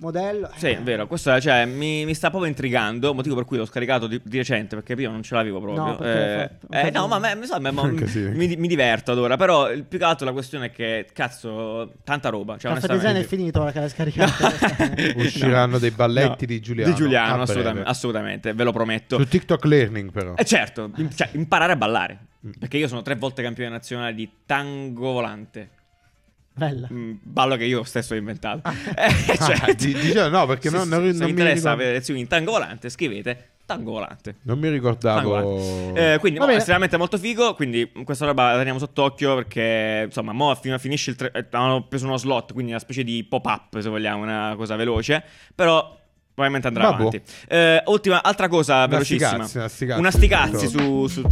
S3: modello.
S2: Sì, è vero, questo è- cioè, mi, mi sta proprio intrigando, motivo per cui l'ho scaricato di, di recente, perché prima non ce l'avevo proprio.
S3: No, perché
S2: eh,
S3: fa- fa
S2: eh,
S3: casino.
S2: no, ma me- mi, sa- ma- ma-
S1: Anche sì, anche
S2: mi, mi diverto allora, però il- più che altro la questione è che, cazzo, tanta roba. Cioè,
S3: Cazzo design è
S2: onestamente...
S3: finito ora che l'hai scaricato.
S1: Usciranno dei balletti di Giuliano Ah,
S2: Di Giuliano,
S1: a
S2: assolutamente,
S1: breve.
S2: assolutamente, ve lo prometto.
S1: Su TikTok Learning però.
S2: Eh certo, im- cioè, imparare a ballare.
S1: Mm.
S2: Perché io sono tre volte campione nazionale di tango volante.
S3: Bella.
S2: Mm, Ballo che io stesso ho inventato. Eh,
S1: Ah, di- diciamo, no, perché non-
S2: se
S1: non- non mi
S2: vi interessa
S1: ricordo.
S2: avere lezioni in tango volante, scrivete tango volante.
S1: Non mi
S2: Tango
S1: ricordavo...
S2: volante. Eh, quindi
S3: Va
S2: mo, è
S3: bene.
S2: estremamente molto figo. Quindi mh, questa roba la teniamo sott'occhio perché insomma, mo fino- finisce il. Tre, eh, hanno preso uno slot, quindi una specie di pop-up se vogliamo, una cosa veloce. Però probabilmente andrà
S1: Vabbè.
S2: avanti. Eh, ultima, altra cosa
S1: Una
S2: velocissima:
S1: sticazzi, una sticazzi
S2: una sticazzi su,
S1: su TikTok. Eh,
S2: su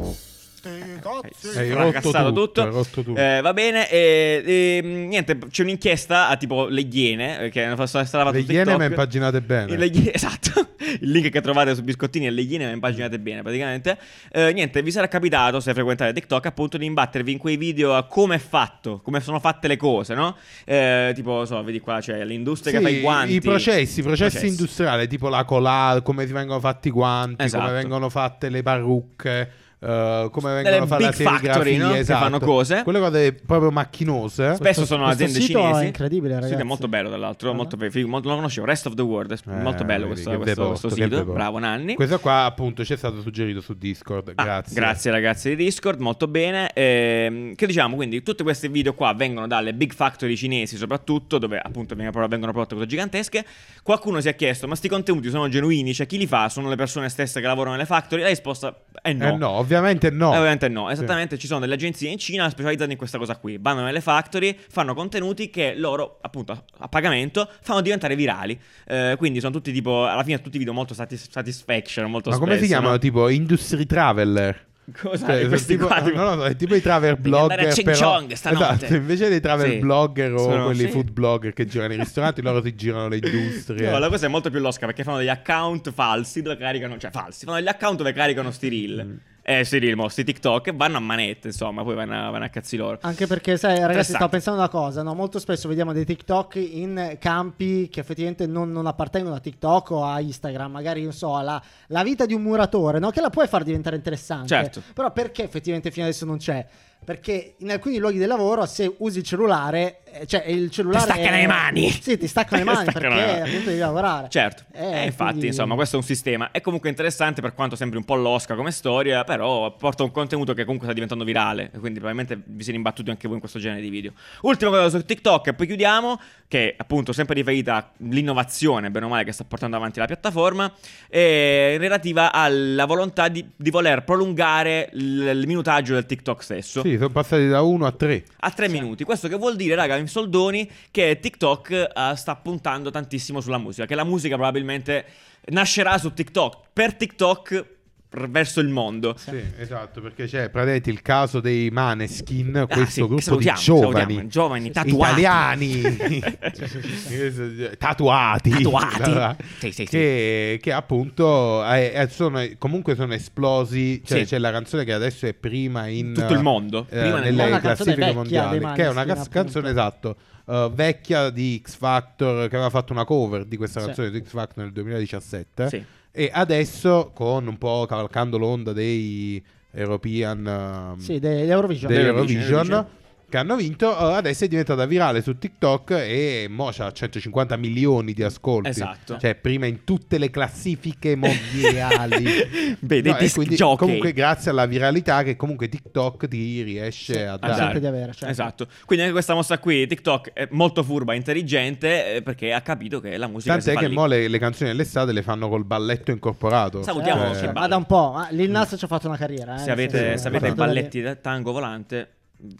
S2: TikTok. Eh,
S1: Hai
S2: Avrà
S1: rotto
S2: cassato
S1: tutto,
S2: tutto.
S1: hai rotto tutto.
S2: Eh, va bene. eh, eh, niente, c'è un'inchiesta a tipo le Iene, eh, che è una- stata fatta
S1: Le
S2: su
S1: Iene
S2: TikTok.
S1: ma impaginate bene.
S2: Le Iene- esatto. Il link che trovate su biscottini è le Iene, ma impaginate bene praticamente. Eh, niente, vi sarà capitato se frequentate TikTok appunto di imbattervi in quei video a come è fatto, come sono fatte le cose, no? Eh, tipo, non so, vedi qua c'è l'industria che fa i
S1: Sì,
S2: guanti.
S1: i processi, i processi industriali, tipo la colà, come si vengono fatti i guanti,
S2: Esatto.
S1: come vengono fatte le parrucche, eh, come
S2: Delle
S1: vengono fatte la
S2: big factory,
S1: serigrafia,
S2: no? Che
S1: esatto.
S2: fanno cose.
S1: Quelle cose proprio macchinose.
S2: Spesso sono
S3: questo
S2: aziende
S3: sito è
S2: cinesi.
S3: incredibile,
S2: Il sito
S3: ragazzi.
S2: è molto bello, tra l'altro.
S3: Ah.
S2: Molto be- figo, molto- non lo conoscevo. Rest of the World. È
S1: Eh,
S2: molto bello
S1: vedi,
S2: questo,
S1: che
S2: questo,
S1: devoto,
S2: questo
S1: che
S2: sito.
S1: devoto.
S2: Bravo, Nanni.
S1: Questo qua appunto ci è stato suggerito su Discord,
S2: Ah,
S1: grazie.
S2: ragazzi di Discord, molto bene. Ehm, che diciamo, quindi tutti questi video qua vengono dalle big factory cinesi soprattutto, dove appunto vengono vengono prodotte cose gigantesche. Qualcuno si è chiesto, ma sti contenuti sono genuini? Cioè chi li fa? Sono le persone stesse che lavorano nelle factory? La risposta è no.
S1: Eh no, ovviamente no.
S2: Eh, Ovviamente no, esattamente ci sono delle agenzie in Cina specializzate in questa cosa qui, vanno nelle factory, fanno contenuti che loro appunto a- a pagamento fanno diventare virali, Eh, quindi sono tutti tipo, alla fine tutti video molto satis- satisfaction, molto
S1: Ma come si
S2: spesso,
S1: chiamano?
S2: no?
S1: Tipo Industry Traveler.
S2: Cosa?
S1: Cioè, sono
S2: questi
S1: tipo,
S2: qua, tipo-
S1: non lo so, è tipo i travel
S2: Devi andare
S1: blogger
S2: a Ching
S1: però,
S2: Chong stanotte.
S1: Esatto, invece dei travel
S2: Sì.
S1: blogger o
S2: Sono-
S1: quelli
S2: sì.
S1: food blogger che girano i ristoranti Loro si girano le industrie
S2: No, la cosa è molto più losca perché fanno degli account falsi dove caricano, cioè falsi, fanno degli account dove caricano sti
S1: Mm.
S2: reel. Eh, sti reel, mo, sti TikTok e vanno a manette, insomma, poi vanno a, vanno a cazzi loro.
S3: Anche perché, sai, ragazzi,
S2: Interessante.
S3: stavo pensando una cosa, no? Molto spesso vediamo dei TikTok in campi che effettivamente non, non appartengono a TikTok o a Instagram, magari, non so, alla, la vita di un muratore, no? Che la puoi far diventare interessante.
S2: Certo.
S3: Però perché effettivamente fino adesso non c'è? Perché in alcuni luoghi del lavoro, se usi il cellulare, eh, cioè il cellulare...
S2: Ti staccano
S3: è-
S2: le mani.
S3: Sì, ti staccano le
S2: Ti
S3: mani
S2: staccano le
S3: perché
S2: mani.
S3: appunto devi lavorare.
S2: Certo,
S3: Eh,
S2: Eh, infatti,
S3: quindi-
S2: insomma, questo è un sistema. È comunque interessante per quanto sembri un po' losca come storia, però porta un contenuto che comunque sta diventando virale. Quindi probabilmente vi siete imbattuti anche voi in questo genere di video. Ultima cosa su TikTok e poi chiudiamo, che appunto sempre riferita all'innovazione, bene o male, che sta portando avanti la piattaforma, è relativa alla volontà di, di voler prolungare il, il minutaggio del TikTok stesso
S1: Sì, sono passati da 1 a 3
S2: a tre minuti. Questo che vuol dire, raga, in soldoni, che TikTok eh, sta puntando tantissimo sulla musica. Che la musica probabilmente nascerà su TikTok, per TikTok, r- verso il mondo.
S1: Sì, esatto, perché c'è praticamente il caso dei Maneskin,
S2: Ah, sì,
S1: questo gruppo
S2: salutiamo,
S1: di
S2: salutiamo,
S1: giovani,
S2: giovani tatuati.
S1: italiani, tatuati,
S2: Tatuati. Sì, sì, sì.
S1: Che, che appunto eh, eh, sono- comunque sono esplosi, cioè
S2: Sì.
S1: c'è la canzone che adesso è prima in
S2: Tutto il mondo.
S1: eh,
S2: Prima nel
S1: nelle
S2: mondo.
S3: Una canzone
S1: classifiche
S3: vecchia
S1: mondiali,
S3: dei
S1: che è una
S3: Maneskin,
S1: cas-
S3: appunto.
S1: canzone esatto. eh, vecchia di X Factor che aveva fatto una cover di questa
S3: Sì.
S1: canzone di X Factor nel 2017
S2: Sì.
S1: e adesso con un po' cavalcando l'onda dei European ehm,
S3: Sì, dell'Eurovision.
S1: degli
S2: Eurovision,
S3: Certo
S1: Eurovision,
S2: Eurovision.
S1: che hanno vinto, eh, adesso è diventata virale su TikTok e mo c'ha 150 milioni di ascolti.
S2: Esatto.
S1: Cioè, prima in tutte le classifiche mondiali.
S2: Vede,
S1: No, e
S2: disc
S1: quindi
S2: jockey.
S1: comunque grazie alla viralità che comunque TikTok ti riesce
S3: Sì,
S1: a
S3: a
S1: dare.
S3: dare. di avere, certo.
S2: Esatto. Quindi anche questa mossa qui, TikTok, è molto furba, intelligente, eh, perché ha capito che la musica si
S1: Tant'è
S2: fa
S1: che
S2: lì.
S1: mo le, le canzoni dell'estate le fanno col balletto incorporato.
S2: Salutiamo
S1: Eh,
S2: Oscar Ballo.
S3: ma da cioè, un po', ma Lil Nas ci ha fatto una carriera. eh,
S2: se
S3: nel
S2: avete,
S3: senso,
S2: se
S3: ha
S2: avete
S3: fatto da lì.
S2: balletti da tango volante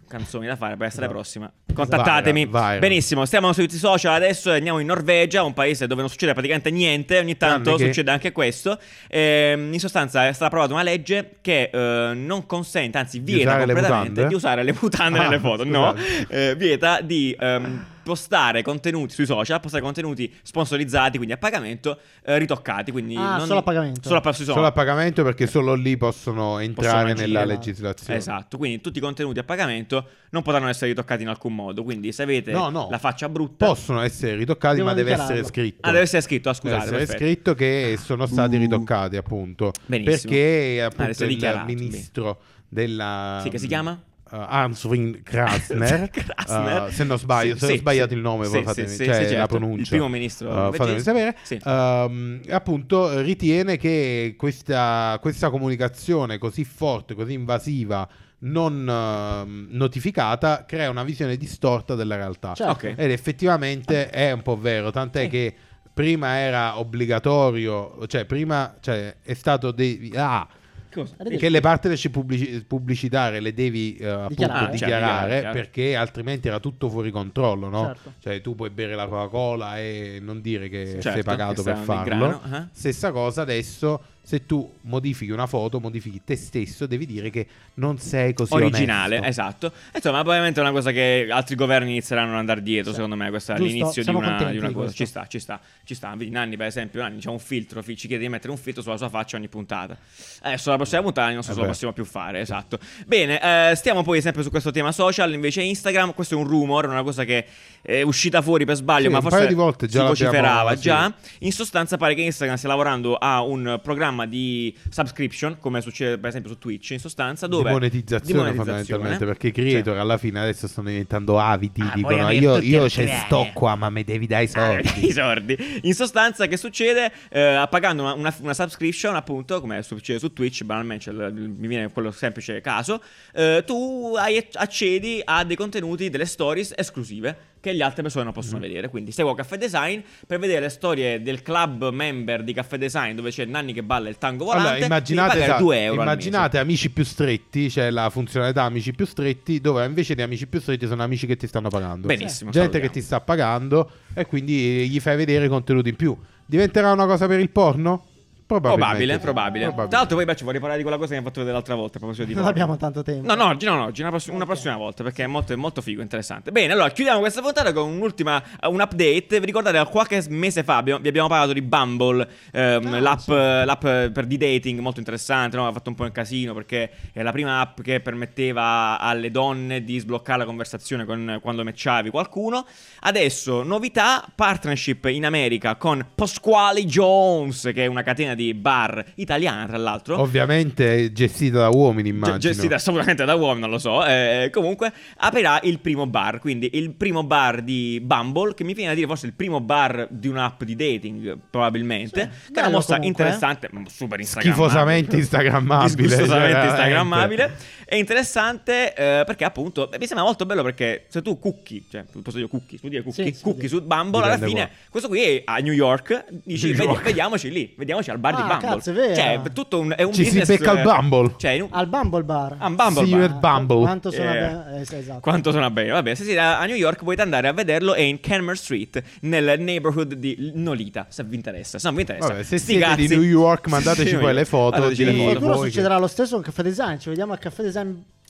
S2: canzoni da fare per essere la
S1: Esatto.
S2: prossima contattatemi
S1: Viral, viral.
S2: benissimo stiamo sui social adesso e andiamo in Norvegia un paese dove non succede praticamente niente ogni tanto
S1: Tranne che-
S2: succede anche questo Ehm, in sostanza è stata approvata una legge che eh, non consente anzi
S1: Di
S2: vieta
S1: usare le
S2: completamente
S1: mutande?
S2: di usare le mutande
S1: Ah,
S2: nelle foto no
S1: scusate.
S2: Eh, vieta di ehm, postare contenuti sui social postare contenuti sponsorizzati quindi a pagamento eh, ritoccati quindi
S3: Ah,
S2: non-
S3: solo a pagamento.
S2: solo a, sui
S1: Solo a
S2: social.
S1: pagamento perché solo lì possono entrare
S2: agire,
S1: nella
S3: ma-
S1: legislazione.
S2: Esatto, quindi tutti i contenuti a pagamento non potranno essere ritoccati in alcun modo. Quindi se avete
S1: No, no.
S2: la faccia brutta,
S1: Possono essere ritoccati,
S3: Devono
S1: ma deve
S3: dichiararlo.
S1: essere scritto.
S2: ah, deve essere scritto. Ah,
S1: Deve
S2: scusate,
S1: essere
S2: perfetto.
S1: scritto che sono stati
S2: Uh.
S1: ritoccati, appunto.
S2: Benissimo.
S1: Perché
S2: Ah, deve
S1: appunto
S2: essere
S1: il
S2: dichiarato,
S1: ministro della
S2: Sì, che si chiama?
S1: Uh, Armstrong Krasner,
S2: Krasner.
S1: uh, se non sbaglio,
S2: Sì,
S1: se ho
S2: sì,
S1: sbagliato
S2: sì.
S1: il nome,
S2: Sì,
S1: poi
S2: sì,
S1: fatemi-
S2: sì,
S1: cioè,
S2: sì, certo.
S1: la pronuncia,
S2: Il primo ministro
S1: Uh, fatemi
S2: norvegese.
S1: sapere,
S2: Sì.
S1: Um, appunto ritiene che questa, questa comunicazione così forte, così invasiva, non um, notificata, crea una visione distorta della realtà.
S3: Certo.
S2: Ah, Ok.
S1: Ed effettivamente è un po' vero, tant'è
S2: Sì.
S1: che prima era obbligatorio, cioè prima cioè, è stato... De- ah,
S2: Cosa?
S3: Arrivederci.
S1: che le partnership pubblici- pubblicitarie le devi eh, appunto dichiarare,
S3: Dichiarare. Ah,
S2: certo, dichiarare, chiaro.
S1: perché altrimenti era tutto fuori controllo, no?
S3: Certo.
S1: Cioè tu puoi bere la Coca-Cola e non dire che
S2: Certo,
S1: sei pagato
S2: che
S1: per
S2: sta
S1: farlo.
S2: nel grano, eh.
S1: Stessa cosa adesso, se tu modifichi una foto, modifichi te stesso, devi dire che non sei così
S2: Originale,
S1: onesto.
S2: esatto. E Insomma, probabilmente è una cosa che altri governi inizieranno ad andare dietro.
S3: Sì.
S2: Secondo me, questo è
S3: Giusto,
S2: l'inizio di
S3: siamo
S2: una,
S3: contenti
S2: di una
S3: di
S2: cosa.
S3: questo.
S2: Ci sta, ci sta, ci sta. Vedi, Nanni, per esempio, Nanni c'è un filtro, fi- ci chiede di mettere un filtro sulla sua faccia ogni puntata. Adesso la prossima puntata non so se lo
S1: Vabbè.
S2: possiamo più fare, esatto. Bene, eh, stiamo poi sempre su questo tema social, invece Instagram, questo è un rumor, una cosa che è uscita fuori per sbaglio,
S1: Sì,
S2: ma
S1: un
S2: forse
S1: paio di volte già
S2: si
S1: l'abbiamo-
S2: vociferava
S1: sì.
S2: già. In sostanza pare che Instagram stia lavorando a un programma di subscription, come succede per esempio su Twitch, in sostanza, dove...
S1: Di monetizzazione,
S2: di monetizzazione.
S1: fondamentalmente perché i
S2: Cioè,
S1: creator alla fine adesso stanno diventando avidi
S2: Ah, voglio
S1: dicono
S2: avere
S1: io,
S2: tutti Ah,
S1: io
S2: e
S1: ce
S2: tre."
S1: sto qua ma mi devi dare i soldi
S2: i sordi. In sostanza, che succede? Eh, pagando una, una- una subscription, appunto, come succede su Twitch, banalmente c'è il- il- mi viene quello semplice caso, eh, tu hai- accedi a dei contenuti, delle stories esclusive che le altre persone non
S1: Mm.
S2: possono vedere. Quindi seguo Caffè Design per vedere le storie del club member di Caffè Design dove c'è Nanni che balla il tango volante.
S1: Allora,
S2: devi
S1: immaginate,
S2: pagare
S1: esatto,
S2: 2 euro. al mese.
S1: immaginate amici più stretti, cioè la funzionalità amici più stretti, dove invece di amici più stretti sono amici che ti stanno pagando.
S2: Benissimo,
S1: Gente
S2: salutiamo.
S1: che ti sta pagando e quindi eh, gli fai vedere contenuti in più. Diventerà una cosa per il porno? Probabilmente.
S2: Probabile,
S1: sì.
S2: probabile. Tra l'altro, poi beh, ci vorrei parlare di quella cosa che mi hai fatto vedere l'altra volta. a proposito di
S3: Non
S2: porno.
S3: abbiamo tanto tempo.
S2: No, no, oggi no, no, oggi, una, pross- una prossima volta perché è molto, è molto figo, interessante. Bene, allora chiudiamo questa puntata con un'ultima, eh, un update. Vi ricordate, qualche mese fa abbiamo- vi abbiamo parlato di Bumble, ehm,
S3: Ah,
S2: l'app,
S3: sì.
S2: l'app per di dating molto interessante, no? ha fatto un po' un casino perché è la prima app che permetteva alle donne di sbloccare la conversazione con, quando matchavi qualcuno. Adesso, novità, partnership in America con Pasquale Jones, che è una catena di bar italiana, tra l'altro.
S1: Ovviamente gestita da uomini, immagino.
S2: Ge- Cioè, Gestita sicuramente da uomo, non lo so. eh, comunque, aprirà il primo bar. Quindi il primo bar di Bumble, che mi viene a dire forse il primo bar di un'app di dating, probabilmente.
S3: Sì,
S2: che è una
S3: bello
S2: mossa
S3: comunque,
S2: interessante, ma super Instagram.
S1: Schifosamente instagrammabile.
S2: Disgustosamente
S1: cioè,
S2: instagrammabile.
S1: veramente.
S2: È interessante eh, perché appunto eh, mi sembra molto bello perché se tu cookie, cioè posso dire cookie, tu dire cookie,
S3: Sì, sì,
S2: cookie
S3: sì.
S2: su Bumble, alla
S1: Dipende
S2: fine
S1: qua.
S2: questo qui è a New York, dici
S1: New
S2: "Vedi-
S1: York."
S2: vediamoci lì, vediamoci al bar di
S3: Ah,
S2: Bumble.
S3: cazzo, è vero.
S2: Cioè, è tutto un, è un
S1: Ci si
S2: business,
S1: becca
S2: eh,
S1: al Bumble.
S2: Cioè, in un-
S3: Al Bumble Ah, Bar.
S2: a Ah, un Bumble
S1: See
S2: bar.
S1: you at Bumble.
S3: Quanto sono
S2: Eh.
S3: abbe- eh, sì, esatto.
S2: Quanto suona bene, vabbè, se siete a New York potete andare a vederlo, è in Kenmore Street, nel neighborhood di Nolita, se vi interessa, se non vi interessa.
S1: Vabbè, se
S2: sti
S1: siete di
S2: cazzi.
S1: New York,
S2: Sì,
S1: mandateci
S2: sì,
S1: poi le foto
S2: mandateci le
S1: di-
S2: foto.
S3: Sicuro
S1: voi
S3: succederà lo stesso al Caffè Design. Ci vediamo al Caffè Design.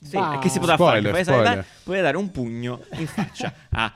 S2: Sì,
S3: Bar.
S2: e che si potrà fare?
S1: Spoiler,
S2: Potete dare-
S1: spoiler.
S2: potete dare un pugno in faccia a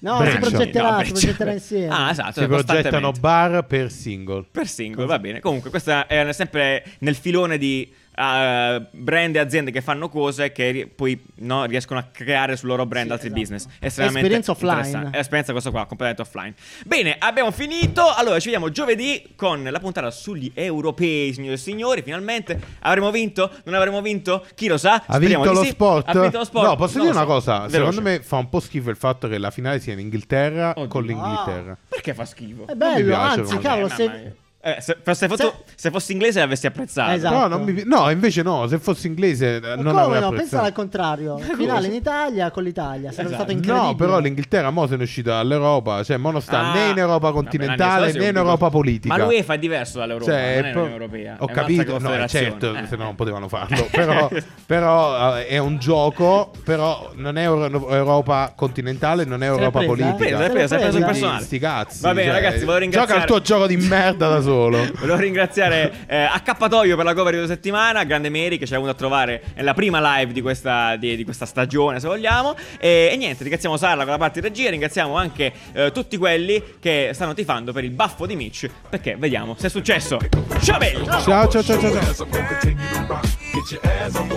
S3: No,
S1: Breccia.
S3: si progetterà,
S2: No,
S3: si
S2: Breccia.
S3: progetterà insieme.
S2: Ah, esatto,
S1: Si progettano
S2: costantemente.
S1: bar per single.
S2: per single, va bene. Comunque, questa è sempre nel filone di eh, brand e aziende che fanno cose che ri- poi no, riescono a creare sul loro brand
S3: Sì,
S2: altri
S3: esatto.
S2: business. Estremamente
S3: Esperienza offline.
S2: interessante. È esperienza questa qua, completamente offline. Bene, abbiamo finito. Allora, ci vediamo giovedì con la puntata sugli europei, signori e signori. Finalmente avremo vinto? Non avremo vinto? Chi lo sa?
S1: Ha
S2: Speriamo
S1: vinto,
S2: di
S1: lo
S2: sì.
S1: sport.
S2: Ha vinto lo sport.
S1: No, posso
S2: Non
S1: dire
S2: lo
S1: una
S2: so.
S1: cosa?
S2: Veloce.
S1: Secondo me fa un po' schifo il fatto che la finale sia in Inghilterra
S2: Oddio.
S1: con
S3: Ah,
S1: l'Inghilterra.
S2: Perché fa schifo?
S3: È
S1: mi
S3: bello,
S1: piace
S3: anzi,
S1: come-
S3: cavolo,
S2: Eh,
S3: se...
S2: mamma mia. Eh, se, se fossi, se fossi inglese l'avresti apprezzato.
S3: Esatto.
S1: No, non mi pi- no, invece no, se fossi inglese eh,
S3: Ma
S1: non
S3: come
S1: avrei
S3: no?
S1: apprezzato.
S3: Pensare al contrario. Finale in Italia con l'Italia. Sarebbe
S2: Esatto.
S3: stato incredibile.
S1: No, però l'Inghilterra mo se ne è uscita dall'Europa, cioè mo non sta
S2: Ah.
S1: né in Europa
S2: Vabbè, l'anno
S1: continentale
S2: scorso
S1: né
S2: è
S1: in
S2: un-
S1: Europa politica.
S2: Ma l'UEFA è diverso dall'Europa,
S1: Cioè,
S2: non è
S1: pro-
S2: l'Unione Europea.
S1: Ho
S2: è
S1: capito,
S2: un'altra
S1: no, certo,
S2: confederazione.
S1: se no
S2: Eh.
S1: non potevano farlo. Però, però, eh, è un gioco, però non è Euro- Europa continentale, non è
S3: l'è
S1: Europa
S3: presa, eh?
S1: politica.
S2: Preso, è preso, è preso
S3: Quindi,
S2: il personale.
S1: Quindi, Sti cazzi.
S2: Va bene,
S1: cioè,
S2: ragazzi, volevo ringraziare.
S1: Gioca il tuo gioco di merda da solo.
S2: Volevo ringraziare eh, Accappatoio per la cover di questa settimana, Grande Mary che ci è venuto a trovare nella prima live di questa, di, di questa stagione, se vogliamo. E, e niente, ringraziamo Sarla con la parte di regia, ringraziamo anche eh, tutti quelli che stanno tifando per il baffo di Mitch, perché vediamo se è successo. Ciao belli!
S1: Ciao, ciao, ciao, ciao. ciao.
S4: As I'm gonna continue to rock, get your ass on the